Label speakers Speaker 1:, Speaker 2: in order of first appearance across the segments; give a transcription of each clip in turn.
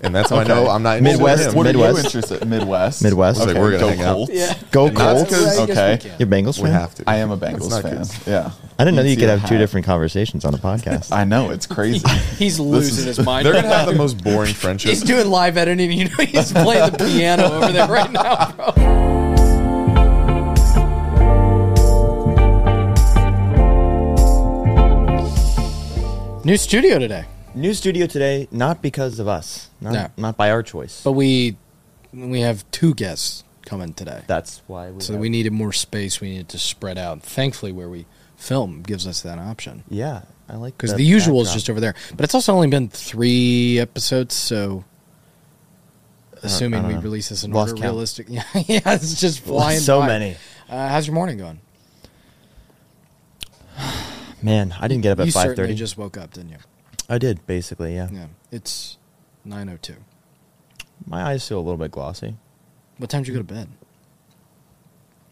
Speaker 1: and that's how I know I'm not interested in
Speaker 2: Midwest.
Speaker 1: him.
Speaker 2: What
Speaker 3: Midwest.
Speaker 2: are you interested? Midwest.
Speaker 1: I
Speaker 3: Midwest.
Speaker 1: was like,
Speaker 2: Okay,
Speaker 1: we're gonna
Speaker 2: go
Speaker 1: hang out.
Speaker 2: Colts.
Speaker 4: Yeah.
Speaker 3: Go
Speaker 1: And that's
Speaker 3: Colts.
Speaker 1: 'cause-
Speaker 4: I guess
Speaker 2: okay.
Speaker 4: we can.
Speaker 3: You're a Bengals
Speaker 1: We
Speaker 3: fan.
Speaker 1: have to.
Speaker 2: I am a
Speaker 1: It's
Speaker 2: Bengals
Speaker 1: not
Speaker 2: fan.
Speaker 1: good.
Speaker 2: Yeah.
Speaker 3: I didn't know
Speaker 2: can
Speaker 3: you
Speaker 2: see
Speaker 3: could
Speaker 2: the
Speaker 3: have two
Speaker 2: hat.
Speaker 3: different conversations on a podcast.
Speaker 2: I know it's crazy.
Speaker 4: He's losing
Speaker 2: is-
Speaker 4: his mind.
Speaker 1: They're
Speaker 4: right
Speaker 1: gonna have
Speaker 4: now.
Speaker 1: the most boring friendship.
Speaker 4: He's doing live editing. You know, he's playing the piano over there right now, bro. New studio today,
Speaker 3: New studio today, not because of us, not,
Speaker 4: No.
Speaker 3: not by our choice.
Speaker 4: but we we have two guests coming today,
Speaker 3: That's why we.
Speaker 4: so
Speaker 3: have-
Speaker 4: we needed more space. We needed to spread out. Thankfully, where we film gives us that option
Speaker 3: Yeah, I like
Speaker 4: because the, usual is just over there. But it's also only been three episodes, so assuming
Speaker 3: don't
Speaker 4: we
Speaker 3: know.
Speaker 4: release this in
Speaker 3: Lost
Speaker 4: order,
Speaker 3: count.
Speaker 4: realistic, yeah, yeah, it's just flying.
Speaker 3: so
Speaker 4: by.
Speaker 3: many.
Speaker 4: Uh, how's your morning going?
Speaker 3: Man, I didn't get up at
Speaker 4: you
Speaker 3: five
Speaker 4: certainly
Speaker 3: thirty.
Speaker 4: just woke up, didn't you?
Speaker 3: I did basically. Yeah.
Speaker 4: Yeah, it's nine oh two.
Speaker 3: my eyes feel a little bit glossy.
Speaker 4: What time did you go to bed?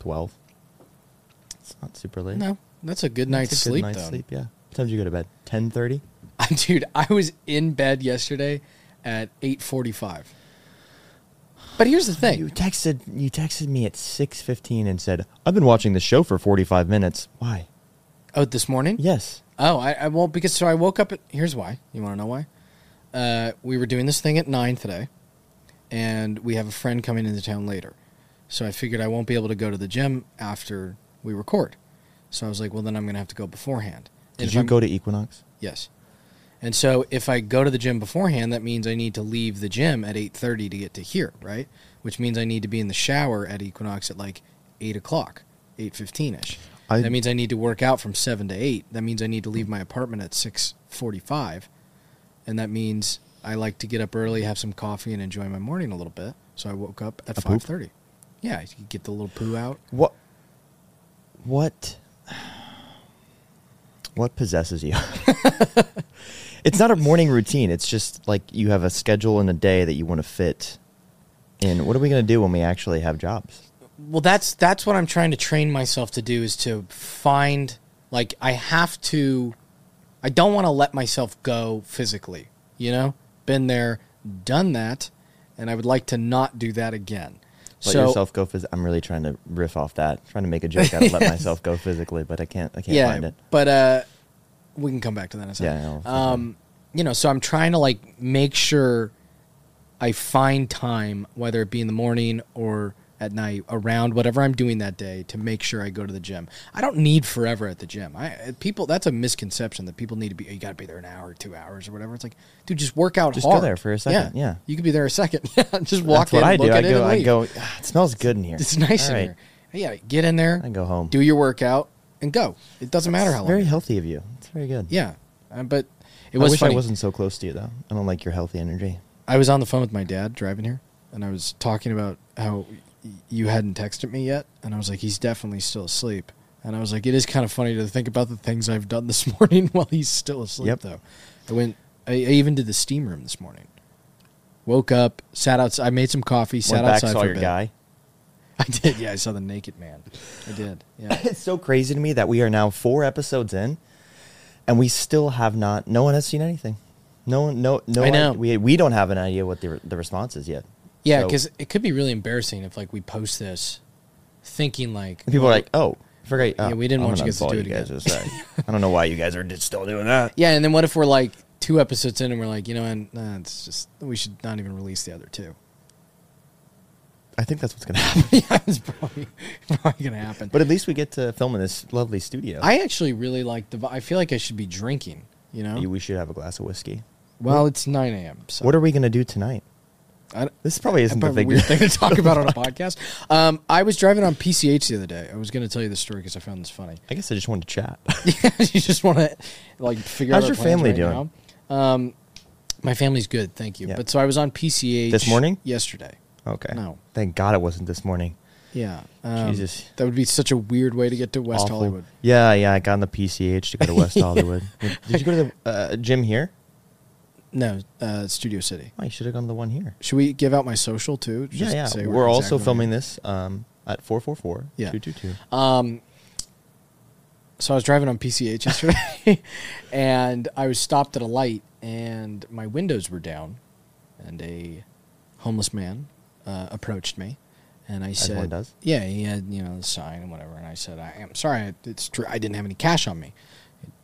Speaker 3: Twelve. It's not super late.
Speaker 4: No, that's a good
Speaker 3: That's
Speaker 4: night's
Speaker 3: a good
Speaker 4: sleep
Speaker 3: Night's
Speaker 4: though.
Speaker 3: sleep. Yeah. What time did you go to bed? Ten thirty.
Speaker 4: Dude, I was in bed yesterday at eight forty five. But here's the
Speaker 3: You
Speaker 4: thing.
Speaker 3: texted. You texted me at six fifteen and said, "I've been watching the show for forty five minutes. Why?
Speaker 4: Oh, this morning?
Speaker 3: Yes.
Speaker 4: Oh, I, I won't because so I woke up. At, here's why. You want to know why? Uh, we were doing this thing at nine today, and we have a friend coming into town later, so I figured I won't be able to go to the gym after we record. So I was like, well, then I'm gonna have to go beforehand. And
Speaker 3: Did
Speaker 4: if
Speaker 3: you
Speaker 4: I'm-
Speaker 3: go to Equinox?
Speaker 4: Yes. And so if I go to the gym beforehand, that means I need to leave the gym at eight thirty to get to here, right? Which means I need to be in the shower at Equinox at like eight o'clock, eight fifteen ish.
Speaker 3: I-
Speaker 4: That means I need to work out from seven to eight. That means I need to leave my apartment at six forty five. And that means I like to get up early, have some coffee, and enjoy my morning a little bit. So I woke up at
Speaker 3: A poop?
Speaker 4: five thirty. Yeah, you get the little poo out.
Speaker 3: What? What? What possesses you? it's not a morning routine. It's just like you have a schedule and a day that you want to fit. in. what are we going to do when we actually have jobs?
Speaker 4: well that's that's what i'm trying to train myself to do is to find like i have to i don't want to let myself go physically you know been there done that and i would like to not do that again
Speaker 3: Let
Speaker 4: so
Speaker 3: yourself go. Phys- I'm really trying to riff off that. Trying to make a joke out of let myself go physically, but I can't. I can't
Speaker 4: yeah
Speaker 3: find it.
Speaker 4: but uh we can come back to that in a second
Speaker 3: Yeah, I'll think
Speaker 4: um you know so i'm trying to like make sure I find time, whether it be in the morning or at night, around whatever I'm doing that day, to make sure I go to the gym. I don't need forever at the gym. I people that's a misconception that people need to be. You got to be there an hour, two hours, or whatever. It's like, dude, just work out
Speaker 3: Just go
Speaker 4: hard.
Speaker 3: there for a second, yeah.
Speaker 4: you could be there a second. Yeah, just walk
Speaker 3: That's what
Speaker 4: in,
Speaker 3: I
Speaker 4: look
Speaker 3: do.
Speaker 4: at
Speaker 3: I
Speaker 4: it,
Speaker 3: go.
Speaker 4: and
Speaker 3: I
Speaker 4: leave.
Speaker 3: go. "Ah, It smells good in here.
Speaker 4: It's nice
Speaker 3: All
Speaker 4: in
Speaker 3: right.
Speaker 4: here. Yeah, get in there.
Speaker 3: I go home.
Speaker 4: Do your workout and go. It doesn't matter how long.
Speaker 3: Very
Speaker 4: it-
Speaker 3: healthy of you. It's very good.
Speaker 4: Yeah, Uh, but it
Speaker 3: I
Speaker 4: was.
Speaker 3: wish
Speaker 4: funny.
Speaker 3: I wasn't so close to you though. I don't like your healthy energy.
Speaker 4: I was on the phone with my dad driving here, and I was talking about how y- you hadn't texted me yet, and I was like, he's definitely still asleep. And I was like, it is kind of funny to think about the things I've done this morning while he's still asleep.
Speaker 3: Yep.
Speaker 4: Though, I went, I, I even did the steam room this morning. Woke up, sat outside. I made some coffee, sat
Speaker 3: Went back,
Speaker 4: outside
Speaker 3: saw
Speaker 4: for a
Speaker 3: your
Speaker 4: bit.
Speaker 3: guy.
Speaker 4: I did, yeah. I saw the naked man. I did, yeah.
Speaker 3: It's so crazy to me that we are now four episodes in, and we still have not. No one has seen anything. No one. No. No.
Speaker 4: I know.
Speaker 3: idea- we we don't have an idea what the re- the response is yet.
Speaker 4: Yeah,
Speaker 3: So-
Speaker 4: because it could be really embarrassing if like we post this, thinking like
Speaker 3: and people are like, oh. I Forgot,
Speaker 4: Yeah,
Speaker 3: oh,
Speaker 4: we didn't
Speaker 3: I'm
Speaker 4: want you
Speaker 3: gonna
Speaker 4: guys to
Speaker 3: unfollow
Speaker 4: do it
Speaker 3: guys.
Speaker 4: again.
Speaker 3: Sorry. I don't know why you guys are just still doing that.
Speaker 4: Yeah, and then what if we're like two episodes in and we're like, you know, and uh, it's just we should not even release the other two.
Speaker 3: I think that's what's gonna happen.
Speaker 4: yeah, it's probably probably gonna happen.
Speaker 3: But at least we get to film in this lovely studio.
Speaker 4: I actually really like the. vi- I feel like I should be drinking. You know.
Speaker 3: we should have a glass of whiskey.
Speaker 4: well, it's nine a.m. So
Speaker 3: What are we gonna do tonight?
Speaker 4: I, don't-
Speaker 3: This probably
Speaker 4: that's
Speaker 3: isn't the
Speaker 4: probably a
Speaker 3: big
Speaker 4: weird thing to talk about on a podcast. Um, I was driving on PCH the other day. I was going to tell you this story because I found this funny.
Speaker 3: I guess I just wanted to chat.
Speaker 4: you just want to like figure
Speaker 3: How's
Speaker 4: out.
Speaker 3: your
Speaker 4: our plans
Speaker 3: family
Speaker 4: right
Speaker 3: doing?
Speaker 4: now. Um, my family's good, thank you.
Speaker 3: Yeah.
Speaker 4: But so I was on PCH
Speaker 3: This morning?
Speaker 4: yesterday.
Speaker 3: okay.
Speaker 4: No.
Speaker 3: Thank God it wasn't this morning.
Speaker 4: Yeah. Um,
Speaker 3: Jesus.
Speaker 4: That would be such a weird way to get to West
Speaker 3: Awful.
Speaker 4: Hollywood.
Speaker 3: Yeah, yeah. I got on the PCH to go to West Hollywood. Did you go to the uh, gym here?
Speaker 4: No, uh, Studio City.
Speaker 3: Oh, you should have gone to the one here.
Speaker 4: Should we give out my social too?
Speaker 3: yeah, yeah.
Speaker 4: say
Speaker 3: We're,
Speaker 4: where
Speaker 3: also
Speaker 4: exactly-
Speaker 3: filming this um, at 444
Speaker 4: Yeah.
Speaker 3: 222.
Speaker 4: Um, so I was driving on PCH yesterday, and I was stopped at a light, and my windows were down, and a homeless man uh, approached me, and I
Speaker 3: As
Speaker 4: said,
Speaker 3: one does.
Speaker 4: "Yeah, he had you know the sign and whatever." And I said, "I am sorry, it's true. I didn't have any cash on me.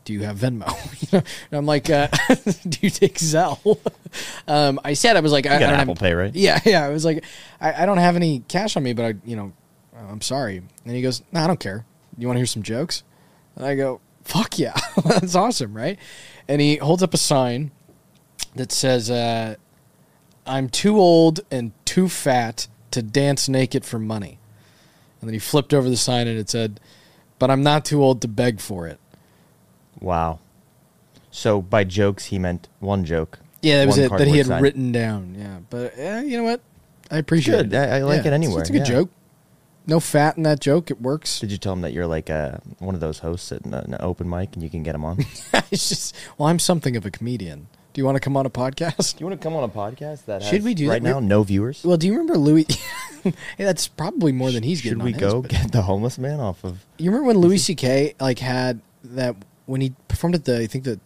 Speaker 4: Do you have Venmo?" you know, and I'm like, uh, "Do you take Zelle?" um, I said, "I was like, I, I
Speaker 3: got
Speaker 4: don't
Speaker 3: Apple
Speaker 4: have,
Speaker 3: Pay, right?
Speaker 4: Yeah, yeah. I was like, I, I don't have any cash on me, but I, you know, oh, I'm sorry." And he goes, "No, I don't care. You want to hear some jokes?" And I go, "Fuck yeah, that's awesome, right?" And he holds up a sign that says, uh, "I'm too old and too fat to dance naked for money." And then he flipped over the sign and it said, "But I'm not too old to beg for it."
Speaker 3: Wow. So by jokes he meant one joke.
Speaker 4: Yeah, that was
Speaker 3: one
Speaker 4: it that he
Speaker 3: cardboard
Speaker 4: had
Speaker 3: sign.
Speaker 4: written down. Yeah, but eh, you know what? I appreciate
Speaker 3: good.
Speaker 4: it.
Speaker 3: I- I like
Speaker 4: Yeah,
Speaker 3: it
Speaker 4: it's-
Speaker 3: anywhere,
Speaker 4: It's a good
Speaker 3: yeah.
Speaker 4: joke. No fat in that joke. It works.
Speaker 3: Did you tell him that you're like uh, one of those hosts at an, an open mic and you can get him on? you
Speaker 4: it's just well, I'm something of a comedian. Do you want to come on a podcast?
Speaker 3: want to come on a podcast that
Speaker 4: Should we do
Speaker 3: right
Speaker 4: that?
Speaker 3: now? No viewers.
Speaker 4: Well, do you remember Louis? Hey, that's probably more than he's
Speaker 3: Should
Speaker 4: getting.
Speaker 3: we
Speaker 4: on his,
Speaker 3: go
Speaker 4: but-
Speaker 3: get the homeless man off of?
Speaker 4: You remember when Louis C.K. like had that when he performed at the I think the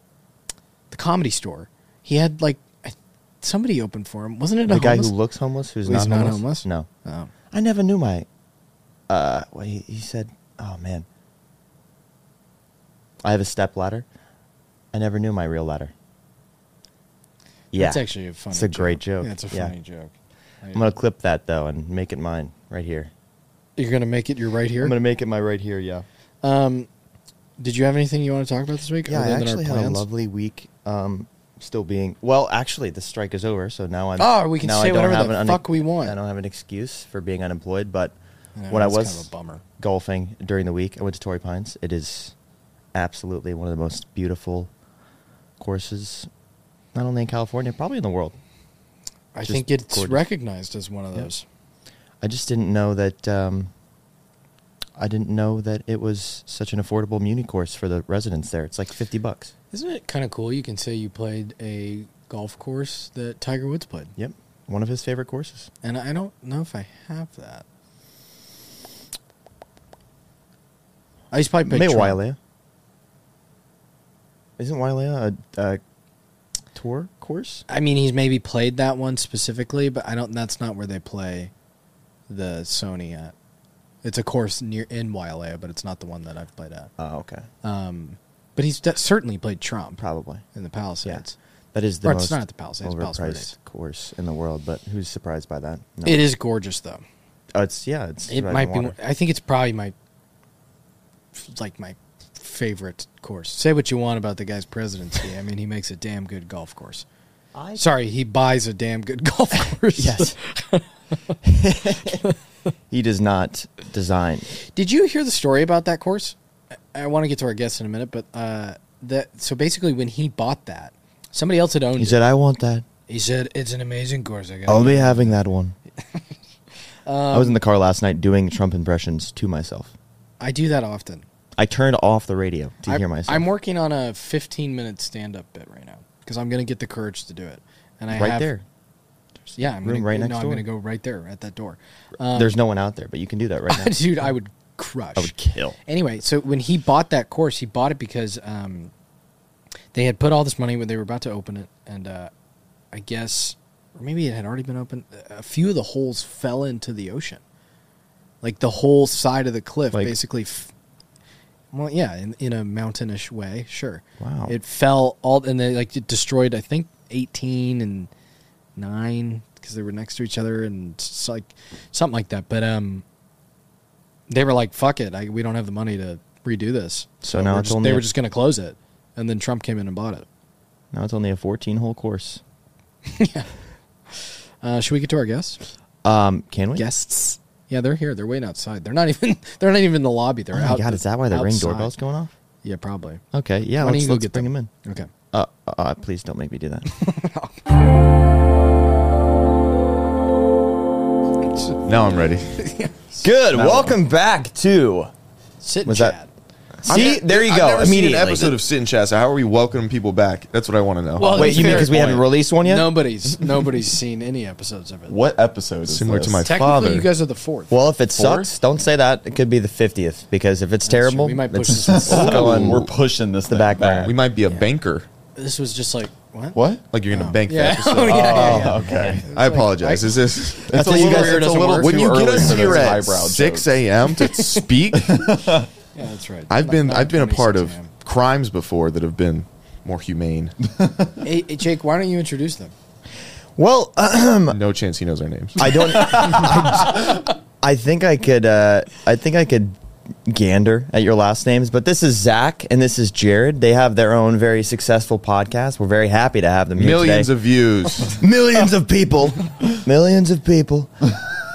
Speaker 4: the comedy store. He had like I, somebody open for him. Wasn't it a
Speaker 3: the guy who
Speaker 4: homeless?
Speaker 3: looks homeless who's
Speaker 4: Who's
Speaker 3: not,
Speaker 4: not homeless?
Speaker 3: homeless? No.
Speaker 4: Oh.
Speaker 3: I never knew my uh what he, he said oh man. I have a step ladder. I never knew my real ladder. Yeah.
Speaker 4: It's actually a funny.
Speaker 3: It's a
Speaker 4: joke.
Speaker 3: great joke.
Speaker 4: Yeah, it's a
Speaker 3: Yeah.
Speaker 4: funny joke.
Speaker 3: I'm gonna clip that though and make it mine right here.
Speaker 4: You're gonna make it. You're right here.
Speaker 3: I'm gonna make it my right here, yeah.
Speaker 4: Um, did you have anything you want to talk about this week?
Speaker 3: Yeah, I
Speaker 4: other than
Speaker 3: actually
Speaker 4: our
Speaker 3: had a
Speaker 4: plans?
Speaker 3: lovely week. Um still being well, actually the strike is over, so now I'm
Speaker 4: Oh, we can
Speaker 3: now
Speaker 4: say
Speaker 3: I don't
Speaker 4: whatever
Speaker 3: have
Speaker 4: the
Speaker 3: an
Speaker 4: fuck we want.
Speaker 3: I don't have an excuse for being unemployed, but
Speaker 4: Yeah,
Speaker 3: when I
Speaker 4: that's
Speaker 3: was
Speaker 4: kind of a bummer.
Speaker 3: golfing during the week. I went to Torrey Pines. It is absolutely one of the most beautiful courses, not only in California, probably in the world.
Speaker 4: I
Speaker 3: just
Speaker 4: think it's
Speaker 3: gorgeous.
Speaker 4: recognized as one of
Speaker 3: Yeah.
Speaker 4: those.
Speaker 3: I just didn't know that. Um, I didn't know that it was such an affordable muni course for the residents there. It's like fifty bucks.
Speaker 4: Isn't it kind of cool? You can say you played a golf course that Tiger Woods played,
Speaker 3: Yep, one of his favorite courses.
Speaker 4: and I don't know if I have that. I used to play
Speaker 3: Maybe
Speaker 4: Trump.
Speaker 3: Wailea. Isn't Wailea a, a tour course?
Speaker 4: I mean, he's maybe played that one specifically, but I don't. That's not where they play the Sony at. It's a course near in Wailea, but it's not the one that I've played at.
Speaker 3: Oh, okay,
Speaker 4: Um, but he's de- certainly played Trump
Speaker 3: probably.
Speaker 4: in the Palisades.
Speaker 3: That is the
Speaker 4: Or it's
Speaker 3: most
Speaker 4: not at the Palisades, Palos Verdes.
Speaker 3: overpriced course in the world. But who's surprised by that? No.
Speaker 4: It is gorgeous, though.
Speaker 3: Oh, it's yeah. It's
Speaker 4: It
Speaker 3: right
Speaker 4: might
Speaker 3: in
Speaker 4: be.
Speaker 3: water.
Speaker 4: I think it's probably my like my favorite course. Say what you want about the guy's presidency. I mean, he makes a damn good golf course. Sorry, he buys a damn good golf course.
Speaker 3: Yes. he does not design.
Speaker 4: Did you hear the story about that course? I, I want to get to our guests in a minute, but uh, that so basically when he bought that, somebody else had owned
Speaker 3: He
Speaker 4: it.
Speaker 3: said, "I want that.
Speaker 4: he said it's an amazing course. I got.
Speaker 3: I'll be having that one."
Speaker 4: Um,
Speaker 3: I was in the car last night doing Trump impressions to myself.
Speaker 4: I do that often.
Speaker 3: I turned off the radio to
Speaker 4: I'm,
Speaker 3: hear myself.
Speaker 4: I'm working on a 15 minute stand up bit right now because I'm going to get the courage to do it. And I
Speaker 3: right
Speaker 4: have,
Speaker 3: there.
Speaker 4: Yeah, I'm
Speaker 3: Room
Speaker 4: gonna,
Speaker 3: right
Speaker 4: no,
Speaker 3: next
Speaker 4: I'm
Speaker 3: door.
Speaker 4: going to go right there at that door. Um,
Speaker 3: There's no one out there, but you can do that right now.
Speaker 4: dude, I would crush.
Speaker 3: I would kill.
Speaker 4: Anyway, so when he bought that course, he bought it because um, they had put all this money when they were about to open it, and uh, I guess, or maybe it had already been opened. A few of the holes fell into the ocean, like the whole side of the cliff,
Speaker 3: Like-
Speaker 4: basically. F- well, yeah, in, in a mountainish way, sure.
Speaker 3: Wow.
Speaker 4: It fell all, and they like it destroyed. I think eighteen and nine because they were next to each other and s like something like that. But um, they were like, "Fuck it, I, we don't have the money to redo this."
Speaker 3: So now
Speaker 4: we're
Speaker 3: it's
Speaker 4: just-
Speaker 3: only
Speaker 4: they
Speaker 3: a-
Speaker 4: were just going to close it, and then Trump came in and bought it.
Speaker 3: Now it's only a 14 hole course.
Speaker 4: Uh, should we get to our guests?
Speaker 3: Um, can we?
Speaker 4: Guests. Yeah, they're here. They're waiting outside. They're not even. They're not even in the lobby. They're
Speaker 3: Oh my
Speaker 4: out.
Speaker 3: god, is that why the ring
Speaker 4: outside.
Speaker 3: doorbell's going off?
Speaker 4: Yeah, probably.
Speaker 3: Okay, yeah.
Speaker 4: Why don't
Speaker 3: let's
Speaker 4: you go
Speaker 3: let's
Speaker 4: get
Speaker 3: bring
Speaker 4: them?
Speaker 3: him in.
Speaker 4: Okay.
Speaker 3: Uh, uh, uh, please don't make me do that.
Speaker 1: Now I'm ready.
Speaker 3: Good. Welcome back to.
Speaker 4: Sit and
Speaker 3: Was that-
Speaker 4: chat.
Speaker 3: See,
Speaker 1: I've ne-
Speaker 3: there you
Speaker 1: I've
Speaker 3: go.
Speaker 1: never seen
Speaker 3: immediately.
Speaker 1: an episode of Sit and Chat. So how are we welcoming people back? That's what I want to know.
Speaker 4: Well,
Speaker 3: Wait, you mean
Speaker 4: Fair
Speaker 3: because we haven't
Speaker 4: point.
Speaker 3: released one yet?
Speaker 4: Nobody's nobody's seen any episodes of it.
Speaker 2: What episode is
Speaker 1: Similar to
Speaker 2: this?
Speaker 1: my-
Speaker 4: Technically,
Speaker 1: father.
Speaker 4: you guys are the fourth.
Speaker 3: Well, if it
Speaker 2: Four?
Speaker 3: sucks, don't say that. It could be the 50th because if it's
Speaker 4: true.
Speaker 3: terrible,
Speaker 4: We might push
Speaker 3: it's
Speaker 4: this
Speaker 3: it's
Speaker 2: Ooh,
Speaker 3: going.
Speaker 2: we're pushing this
Speaker 3: the
Speaker 2: thing
Speaker 3: back burner.
Speaker 1: we might be a banker.
Speaker 4: this was just like What?
Speaker 2: What?
Speaker 1: Like you're gonna bank
Speaker 4: Yeah.
Speaker 1: that
Speaker 4: Oh,
Speaker 1: episode.
Speaker 4: yeah, yeah, yeah.
Speaker 2: Oh, okay.
Speaker 1: I apologize. Is this?
Speaker 2: That's
Speaker 4: how you guys- it's a little-
Speaker 1: when you get us here at six
Speaker 2: six
Speaker 1: a.m. to speak,
Speaker 4: Yeah, that's right.
Speaker 1: I've been
Speaker 4: Not- not
Speaker 1: I've been a part
Speaker 4: 26
Speaker 1: of
Speaker 4: a.m.
Speaker 1: crimes before that have been more humane.
Speaker 4: Hey, hey, Jake, why don't you introduce them?
Speaker 3: Well, uh,
Speaker 1: no chance he knows our names.
Speaker 3: I don't. I, I think I could. Uh, I think I could gander at your last names, but this is Zach and this is Jared. They have their own very successful podcast. We're very happy to have them. Here
Speaker 1: Millions
Speaker 3: today.
Speaker 1: of views,
Speaker 3: millions of people, millions of people.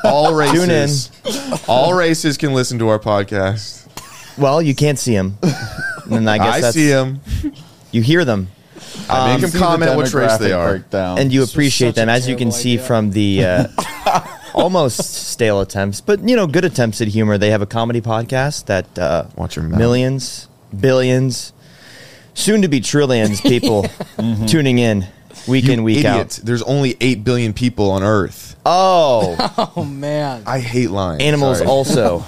Speaker 1: all
Speaker 3: Tune in.
Speaker 1: races. All races can listen to our podcast.
Speaker 3: Well, you can't see them, and I guess
Speaker 1: I,
Speaker 3: that's,
Speaker 1: see him.
Speaker 3: you hear them,
Speaker 1: I make
Speaker 2: You
Speaker 1: him
Speaker 2: see the
Speaker 1: comment which race they
Speaker 2: demographic
Speaker 1: are.
Speaker 2: breakdown.
Speaker 3: and you
Speaker 4: This was
Speaker 3: appreciate
Speaker 4: such
Speaker 3: them,
Speaker 4: a
Speaker 3: as you can
Speaker 4: terrible
Speaker 3: see
Speaker 4: idea.
Speaker 3: from the. Uh, Almost stale attempts, but you know, good attempts at humor. They have a comedy podcast that uh,
Speaker 1: Watch your mouth.
Speaker 3: millions, billions, soon to be trillions people tuning in week in week
Speaker 1: Mm-hmm. Idiot.
Speaker 3: out.
Speaker 1: There's only eight billion people on Earth.
Speaker 3: Oh,
Speaker 4: Oh man,
Speaker 1: I hate lying.
Speaker 3: animals
Speaker 1: Sorry.
Speaker 3: also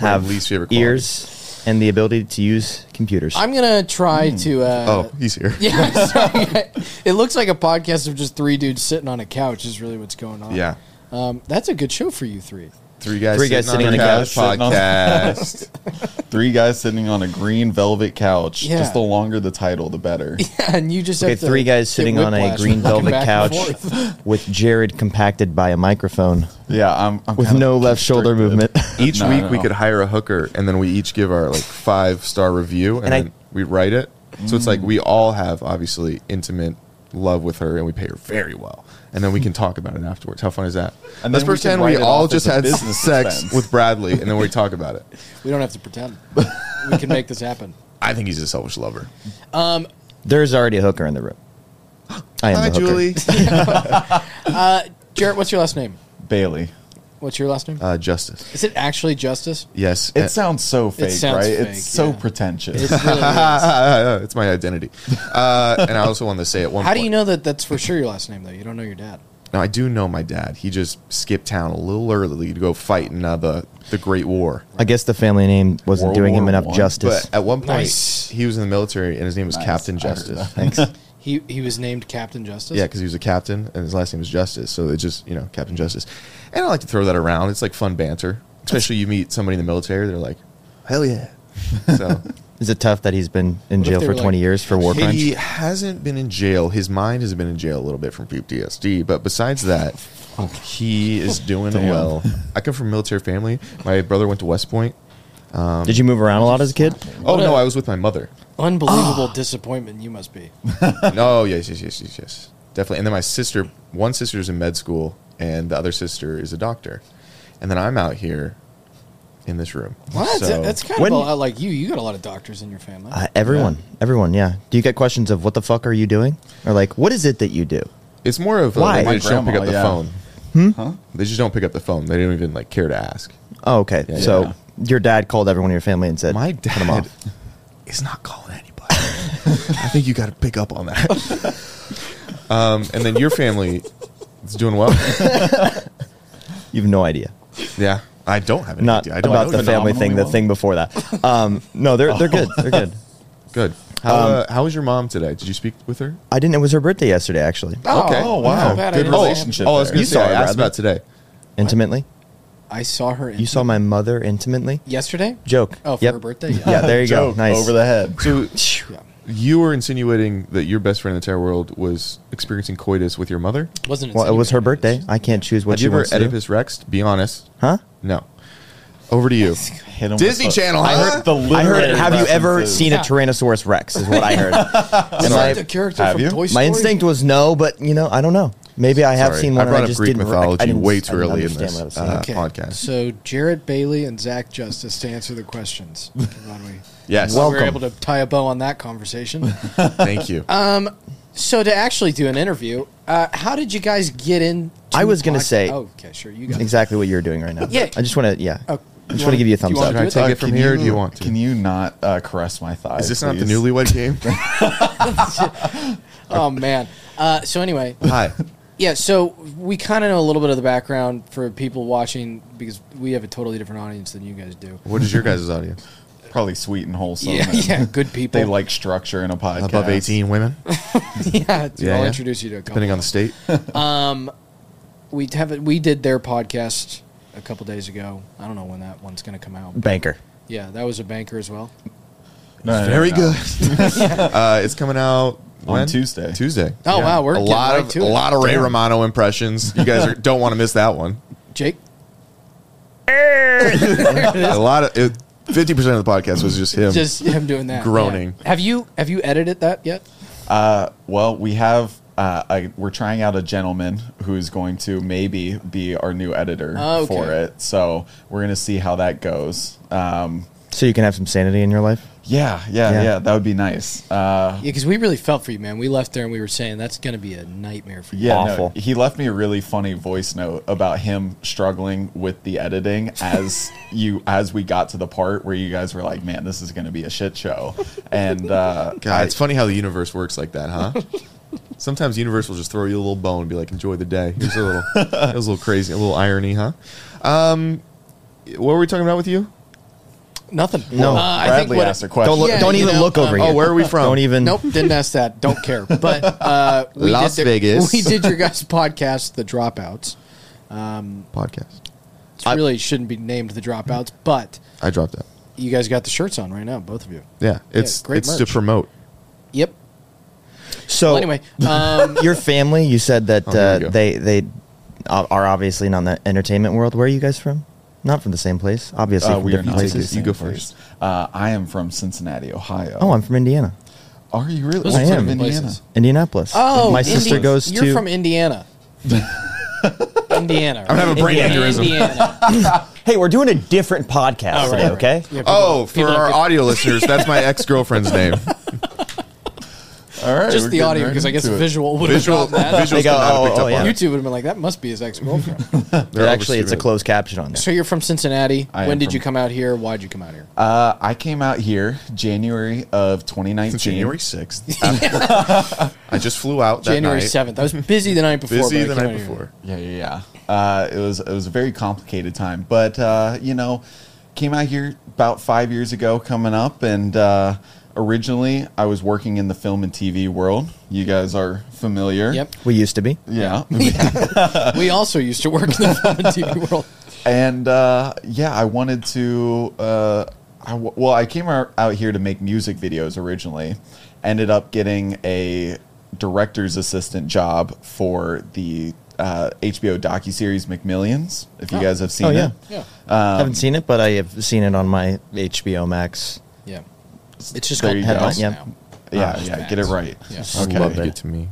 Speaker 3: have
Speaker 1: least favorite quality.
Speaker 3: ears and the ability to use computers.
Speaker 4: I'm gonna try to. Uh,
Speaker 1: Oh, he's here.
Speaker 4: Yeah, sorry. it looks like a podcast of just three dudes sitting on a couch is really what's going on.
Speaker 1: Yeah.
Speaker 4: um, that's a good show for you three.
Speaker 1: Three guys.
Speaker 3: Three guys sitting on a
Speaker 1: their
Speaker 3: couch,
Speaker 2: sitting on-
Speaker 1: Podcast.
Speaker 2: Three guys sitting on a green velvet couch.
Speaker 4: Yeah.
Speaker 2: Just the longer the title, the better.
Speaker 4: and you just
Speaker 3: okay,
Speaker 4: have to
Speaker 3: three guys
Speaker 4: get
Speaker 3: sitting on a
Speaker 4: whiplash
Speaker 3: green
Speaker 4: from
Speaker 3: velvet
Speaker 4: looking back and
Speaker 3: couch
Speaker 4: forth.
Speaker 3: with Jared compacted by a microphone
Speaker 2: Yeah, I'm, I'm
Speaker 3: with
Speaker 2: kind of
Speaker 3: no left shoulder
Speaker 2: constricted.
Speaker 3: movement.
Speaker 1: Each
Speaker 2: No,
Speaker 1: week
Speaker 2: no,
Speaker 1: we
Speaker 2: no.
Speaker 1: could hire a hooker, and then we each give our like five star review, and,
Speaker 3: And I-
Speaker 1: then we write it. So
Speaker 2: Mm.
Speaker 1: it's like we all have obviously intimate love with her, and we pay her very well, and then we can talk about it afterwards. How fun is that? Let's
Speaker 2: And then we can
Speaker 1: pretend
Speaker 2: write
Speaker 1: we
Speaker 2: it
Speaker 1: all
Speaker 2: off
Speaker 1: just
Speaker 2: as a
Speaker 1: had
Speaker 2: business
Speaker 1: sex
Speaker 2: expense.
Speaker 1: with Bradley, and then we talk about it.
Speaker 4: We don't have to pretend. we can make this happen.
Speaker 1: I think he's a selfish lover.
Speaker 3: There's already a hooker in the room. I am
Speaker 1: Hi,
Speaker 3: the hooker.
Speaker 1: Julie.
Speaker 4: Jarrett, what's your last name?
Speaker 2: Bailey.
Speaker 4: What's your last name?
Speaker 1: Uh, justice.
Speaker 4: is it actually Justice?
Speaker 1: Yes.
Speaker 2: It sounds so fake,
Speaker 4: sounds
Speaker 2: right?
Speaker 4: fake,
Speaker 2: it's so
Speaker 4: yeah.
Speaker 2: pretentious.
Speaker 4: It really is.
Speaker 1: it's my identity. Uh, and I also wanted to say at one
Speaker 4: How
Speaker 1: point.
Speaker 4: do you know that that's for sure your last name though? You don't know your dad.
Speaker 1: Now, I do know my dad. He just skipped town a little early to go fight in uh, the, the Great War.
Speaker 3: I guess the family name wasn't
Speaker 2: World
Speaker 3: doing him
Speaker 2: War
Speaker 3: enough
Speaker 2: One,
Speaker 3: justice.
Speaker 4: uh,
Speaker 1: But at one point,
Speaker 4: Nice.
Speaker 1: he was in the military and his name was
Speaker 2: Nice.
Speaker 1: Captain
Speaker 2: I heard
Speaker 1: Justice.
Speaker 2: that.
Speaker 1: Thanks.
Speaker 4: He he was named Captain Justice.
Speaker 1: yeah, because he was a captain and his last name was Justice. So it just, you know, Captain Justice. And I like to throw that around. It's like fun banter, especially you meet somebody in the military. They're like, hell yeah. So
Speaker 3: Is it tough that he's been in
Speaker 4: What if
Speaker 3: jail
Speaker 4: they
Speaker 3: for
Speaker 4: were
Speaker 3: 20
Speaker 4: like,
Speaker 3: years for war crimes?
Speaker 1: he hasn't been in jail. His mind has been in jail a little bit from PTSD. But besides that, he is doing
Speaker 2: Oh. Damn.
Speaker 1: well. I come from a military family. My brother went to West Point.
Speaker 4: um,
Speaker 3: Did you move around a lot as a kid? Uh,
Speaker 1: Oh
Speaker 4: What
Speaker 1: no,
Speaker 4: a-
Speaker 1: I was with my mother.
Speaker 4: Unbelievable disappointment you must be.
Speaker 1: No, yes, yes, yes, yes, yes, definitely. And then my sister, one sister's in med school, and the other sister is a doctor. And then I'm out here in this room.
Speaker 4: What?
Speaker 1: So-
Speaker 4: that's kind
Speaker 3: When-
Speaker 4: of a lot like you. You got a lot of doctors in your family.
Speaker 3: Uh, everyone, everyone, yeah. Do you get questions of what the fuck are you doing, or like what is it that you do?
Speaker 1: it's more of a,
Speaker 3: Why?
Speaker 1: they
Speaker 3: My
Speaker 1: just don't pick
Speaker 2: grandma,
Speaker 1: up the phone.
Speaker 2: yeah. Huh?
Speaker 1: They just don't pick up the phone. They don't even like care to ask.
Speaker 3: Oh, okay.
Speaker 1: Yeah,
Speaker 3: so
Speaker 2: yeah.
Speaker 3: your dad called everyone in your family and said,
Speaker 1: My
Speaker 3: "Cut 'em
Speaker 1: dad
Speaker 3: off."
Speaker 1: is not calling anybody. I think you got to pick up on that. um, and then your family is doing well.
Speaker 3: You have no idea.
Speaker 1: Yeah, I don't have any
Speaker 3: Not
Speaker 1: idea. I don't
Speaker 3: about
Speaker 1: know
Speaker 3: the family
Speaker 2: phenomenally
Speaker 3: thing. The
Speaker 2: well.
Speaker 3: thing before that. Um, no, they're they're
Speaker 1: Oh.
Speaker 3: good. They're good.
Speaker 1: Good. How,
Speaker 3: Um,
Speaker 1: uh, how was your mom today? Did you speak with her?
Speaker 3: I didn't. It was her birthday yesterday, actually.
Speaker 1: okay.
Speaker 2: Oh, wow.
Speaker 4: Bad
Speaker 2: Good
Speaker 4: idea.
Speaker 2: relationship.
Speaker 1: Oh, I was
Speaker 2: there.
Speaker 1: going
Speaker 3: You
Speaker 1: to say,
Speaker 3: saw
Speaker 1: I
Speaker 3: her,
Speaker 1: asked
Speaker 3: Bradley.
Speaker 1: about today.
Speaker 3: Intimately,
Speaker 4: I saw her. In
Speaker 3: you saw my mother intimately.
Speaker 4: yesterday.
Speaker 3: Joke.
Speaker 4: Oh, for
Speaker 3: Yep.
Speaker 4: her birthday. Yeah.
Speaker 3: Yeah, there you go.
Speaker 2: Joke
Speaker 3: Nice.
Speaker 2: Over the head.
Speaker 1: So
Speaker 4: Yeah.
Speaker 1: you were insinuating that your best friend in the entire world was experiencing coitus with your mother.
Speaker 4: Wasn't
Speaker 3: Well, it was her
Speaker 4: insinuating,
Speaker 3: birthday.
Speaker 4: it was-
Speaker 3: I can't choose what
Speaker 1: Have
Speaker 3: she
Speaker 1: you ever
Speaker 3: wants to do.
Speaker 1: Oedipus Rex? Be honest.
Speaker 3: Huh?
Speaker 1: No. Over to you.
Speaker 2: Hit him with
Speaker 1: Disney
Speaker 2: the-
Speaker 1: Channel.
Speaker 2: I
Speaker 1: huh?
Speaker 2: heard the
Speaker 3: I heard.
Speaker 2: literary
Speaker 3: Have you ever
Speaker 2: references.
Speaker 3: seen a
Speaker 4: Yeah.
Speaker 3: Tyrannosaurus Rex? Is what I heard.
Speaker 4: Is
Speaker 3: And
Speaker 4: that
Speaker 3: I-
Speaker 4: the character
Speaker 2: Have
Speaker 4: from
Speaker 2: you?
Speaker 4: Toy
Speaker 3: My
Speaker 4: Story?
Speaker 3: instinct was no, but you know, I don't know. Maybe I have
Speaker 1: Sorry.
Speaker 3: seen one.
Speaker 1: I brought
Speaker 3: and
Speaker 1: up
Speaker 3: just
Speaker 1: Greek
Speaker 3: didn't rec-
Speaker 1: mythology
Speaker 3: I didn't-
Speaker 1: way
Speaker 3: I
Speaker 1: too
Speaker 3: didn't
Speaker 1: early in
Speaker 3: understand
Speaker 1: this
Speaker 3: what I was
Speaker 1: uh,
Speaker 3: saying.
Speaker 1: podcast.
Speaker 4: So Jarrett Bailey and Zach Justice to answer the questions. Glad we-
Speaker 1: yes.
Speaker 4: glad we
Speaker 3: Welcome.
Speaker 4: were able to tie a bow on that conversation.
Speaker 1: Thank you.
Speaker 4: so to actually do an interview, uh, how did you guys get in?
Speaker 3: I was gonna
Speaker 4: podca-
Speaker 3: say-
Speaker 4: Oh, okay, sure, you guys.
Speaker 3: exactly what you're doing right now.
Speaker 4: Yeah.
Speaker 3: I just want to. Yeah.
Speaker 4: Oh,
Speaker 3: I
Speaker 4: you
Speaker 3: just want
Speaker 4: wanna-
Speaker 3: to give you a
Speaker 4: do you
Speaker 3: thumbs
Speaker 4: wanna
Speaker 1: Should I
Speaker 3: up.
Speaker 4: do it?
Speaker 1: take it from
Speaker 2: can
Speaker 1: here? or do you want to?
Speaker 2: Can you not uh, caress my thighs?
Speaker 1: Is this not the
Speaker 2: please?
Speaker 1: newlywed game?
Speaker 4: Oh man. Uh, so anyway,
Speaker 1: Hi.
Speaker 4: yeah. So we kind of know a little bit of the background for people watching because we have a totally different audience than you guys do.
Speaker 1: What is your guys' audience?
Speaker 2: Probably sweet and wholesome.
Speaker 4: yeah,
Speaker 2: and
Speaker 4: yeah, good people.
Speaker 2: They like structure in a podcast.
Speaker 1: Above 18 women,
Speaker 4: yeah, dude,
Speaker 1: Yeah,
Speaker 4: I'll
Speaker 1: yeah.
Speaker 4: introduce you to a couple. Um,
Speaker 1: depending on the state.
Speaker 4: we have it- we did their podcast a couple days ago. I don't know when that one's going to come out.
Speaker 3: Banker.
Speaker 4: Yeah, that was a banker as well.
Speaker 2: No, no, no,
Speaker 1: Very
Speaker 2: no.
Speaker 1: good. uh, it's coming out
Speaker 2: On
Speaker 1: when?
Speaker 2: Tuesday.
Speaker 1: Tuesday.
Speaker 4: Oh, wow, we're
Speaker 1: a
Speaker 4: getting
Speaker 1: lot
Speaker 4: right
Speaker 1: of
Speaker 4: to
Speaker 1: a
Speaker 4: it.
Speaker 1: lot of Ray Romano impressions. You guys are, don't want to miss that one.
Speaker 4: Jake,
Speaker 1: A lot of fifty percent of the podcast was just him.
Speaker 4: just him doing that,
Speaker 1: groaning.
Speaker 4: yeah. Have you have you edited that yet?
Speaker 2: Uh, well, we have. Uh, I, we're trying out a gentleman who's going to maybe be our new editor
Speaker 4: Oh, okay.
Speaker 2: for it. So we're gonna see how that goes. Um,
Speaker 3: So you can have some sanity in your life.
Speaker 2: yeah, yeah,
Speaker 3: Yeah.
Speaker 2: yeah, That would be nice. Uh,
Speaker 1: Uh-huh.
Speaker 4: Yeah, because we really felt for you, man. We left there and we were saying that's going to be a nightmare for you.
Speaker 2: yeah, no,
Speaker 3: Awful.
Speaker 2: he left me a really funny voice note about him struggling with the editing as you as we got to the part where you guys were like, "Man, this is gonna be a shit show," and uh,
Speaker 1: God, it's funny how the universe works like that, huh? Sometimes the universe will just throw you a little bone and be like, "Enjoy the day." Here's a little, it was a little crazy, a little irony, huh? Um, what were we talking about with you?
Speaker 4: Nothing.
Speaker 3: No.
Speaker 4: Uh, I think
Speaker 2: Bradley
Speaker 4: what-
Speaker 2: asked a question.
Speaker 3: Don't look,
Speaker 4: Yeah,
Speaker 3: don't
Speaker 4: you
Speaker 3: even
Speaker 4: know,
Speaker 3: look over
Speaker 4: um,
Speaker 3: here.
Speaker 1: Oh, where are we from?
Speaker 3: Don't even.
Speaker 4: Nope, didn't ask that. Don't care. But uh, we
Speaker 1: Las
Speaker 4: did
Speaker 1: Vegas.
Speaker 4: We did your guys' podcast, The Dropouts.
Speaker 1: Podcast.
Speaker 4: It really shouldn't be named The Dropouts, but
Speaker 1: I dropped that.
Speaker 4: you guys got the shirts on right now, both of you.
Speaker 1: Yeah, it's
Speaker 4: great
Speaker 1: it's
Speaker 4: merch.
Speaker 1: to promote.
Speaker 4: Yep.
Speaker 3: So
Speaker 4: Well, anyway, um,
Speaker 3: your family. You said that
Speaker 1: Oh, there you
Speaker 3: uh,
Speaker 1: go.
Speaker 3: they they uh, are obviously not in the entertainment world. Where are you guys from? Not from the same place, obviously.
Speaker 2: Uh,
Speaker 3: from
Speaker 2: we are
Speaker 3: different
Speaker 2: not.
Speaker 3: places.
Speaker 1: Texas. You go first.
Speaker 2: Uh, I am from Cincinnati, Ohio.
Speaker 3: Oh, I'm from Indiana,
Speaker 2: Are you really?
Speaker 4: Those
Speaker 3: I
Speaker 2: What part
Speaker 3: am.
Speaker 2: of Indiana?
Speaker 4: Places.
Speaker 3: Indianapolis.
Speaker 4: oh,
Speaker 3: my
Speaker 4: Indi-
Speaker 3: sister goes
Speaker 4: You're
Speaker 3: to.
Speaker 4: from Indiana. Indiana.
Speaker 1: I'm having a brain
Speaker 4: Indiana.
Speaker 1: aneurysm.
Speaker 4: Indiana.
Speaker 3: hey, we're doing a different podcast
Speaker 4: Oh, right,
Speaker 3: today,
Speaker 4: right.
Speaker 3: okay?
Speaker 4: Yeah, people-
Speaker 1: Oh, for
Speaker 4: people
Speaker 1: our
Speaker 4: don't get-
Speaker 1: audio listeners, that's my ex girlfriend's name.
Speaker 2: All right,
Speaker 4: just
Speaker 2: we're
Speaker 4: the
Speaker 2: getting
Speaker 4: audio
Speaker 2: right
Speaker 4: because I guess
Speaker 2: into it.
Speaker 4: visual would have
Speaker 1: Visual,
Speaker 4: gotten that.
Speaker 1: visuals
Speaker 3: go,
Speaker 1: could not have
Speaker 3: oh,
Speaker 1: picked
Speaker 3: oh,
Speaker 1: up
Speaker 3: yeah.
Speaker 1: on it.
Speaker 4: YouTube would have been like, that must be his ex girlfriend.
Speaker 1: They're
Speaker 3: actually, it's a
Speaker 1: overstupid.
Speaker 3: closed caption on there.
Speaker 4: so you're from Cincinnati.
Speaker 2: I am
Speaker 4: when did
Speaker 2: from-
Speaker 4: you come out here? Why'd you come out here?
Speaker 2: Uh, I came out here January of 2019.
Speaker 1: January sixth. I just flew out that
Speaker 4: January
Speaker 1: night.
Speaker 4: seventh. I was busy the night before.
Speaker 1: Busy
Speaker 4: but
Speaker 1: the
Speaker 4: I came
Speaker 1: night
Speaker 4: out here.
Speaker 1: before.
Speaker 2: Yeah, yeah, yeah. Uh, it was it was a very complicated time, but uh, you know, came out here about five years ago, coming up, and uh, originally I was working in the film and TV world. You guys are familiar.
Speaker 4: Yep.
Speaker 3: we used to be.
Speaker 2: Yeah.
Speaker 4: we also used to work in the film and TV world.
Speaker 2: and uh, yeah, I wanted to. Uh, I w- well, I came out out here to make music videos originally. Ended up getting a director's assistant job for the uh, HBO docuseries McMillions. If you
Speaker 4: Oh.
Speaker 2: guys have seen
Speaker 3: Oh, yeah.
Speaker 2: it,
Speaker 4: Yeah.
Speaker 3: I haven't seen it, but I have seen it on my HBO Max.
Speaker 4: Yeah. It's just
Speaker 2: There
Speaker 4: called
Speaker 2: you go.
Speaker 4: Headlines
Speaker 3: Yeah.
Speaker 2: yeah,
Speaker 4: now. Ah,
Speaker 2: yeah,
Speaker 4: facts.
Speaker 2: get it right.
Speaker 4: Yeah.
Speaker 2: Okay.
Speaker 3: Love it.
Speaker 1: Get to me.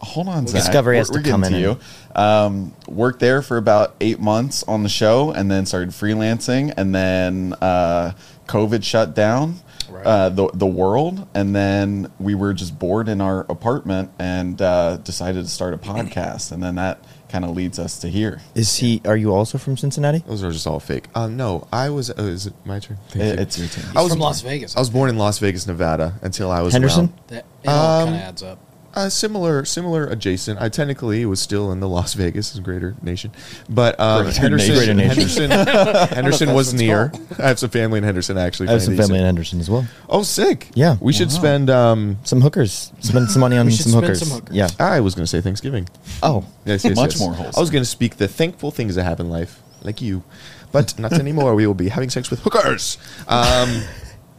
Speaker 2: Hold on, Zach.
Speaker 3: Discovery
Speaker 2: We're-
Speaker 3: has to
Speaker 2: we're getting
Speaker 3: come in
Speaker 2: you. Um, worked there for about eight months on the show, and then started freelancing, and then uh, COVID shut down
Speaker 4: Right.
Speaker 2: uh, the the world, and then we were just bored in our apartment and uh, decided to start a podcast, and then that kind of leads us to here.
Speaker 3: Is he? Are you also from Cincinnati?
Speaker 1: Those are just all fake. Uh, no, I was. Oh, is it my turn? Thank
Speaker 2: It-
Speaker 1: you.
Speaker 2: it's your turn.
Speaker 1: I was
Speaker 4: from Las Vegas.
Speaker 1: I was born in Las Vegas, Nevada, until I was
Speaker 3: Henderson?
Speaker 4: That it all
Speaker 1: Um,
Speaker 4: kind of adds up.
Speaker 1: around- uh, similar, similar, adjacent. I technically was still in the Las Vegas greater nation, but um,
Speaker 2: Greater
Speaker 1: Henderson,
Speaker 3: nation. Greater
Speaker 1: Henderson,
Speaker 3: nation.
Speaker 1: Henderson
Speaker 4: that's
Speaker 1: was
Speaker 4: what it's
Speaker 1: near. I have some family in Henderson actually.
Speaker 3: I have
Speaker 1: funny
Speaker 3: some
Speaker 1: that you
Speaker 3: family in
Speaker 1: said-
Speaker 3: Henderson as well.
Speaker 1: Oh, sick!
Speaker 3: Yeah.
Speaker 1: we should spend. um
Speaker 3: Some hookers. Spend some money on
Speaker 4: We should
Speaker 3: some
Speaker 4: spend
Speaker 3: hookers.
Speaker 4: some hookers.
Speaker 3: Yeah.
Speaker 1: I was going to say Thanksgiving.
Speaker 3: Oh,
Speaker 1: Yes, yes,
Speaker 2: Much
Speaker 1: yes.
Speaker 2: more
Speaker 1: I
Speaker 2: wholesome.
Speaker 1: was going to speak the thankful things that happen in life, like you, but not anymore. we will be having sex with hookers. Um,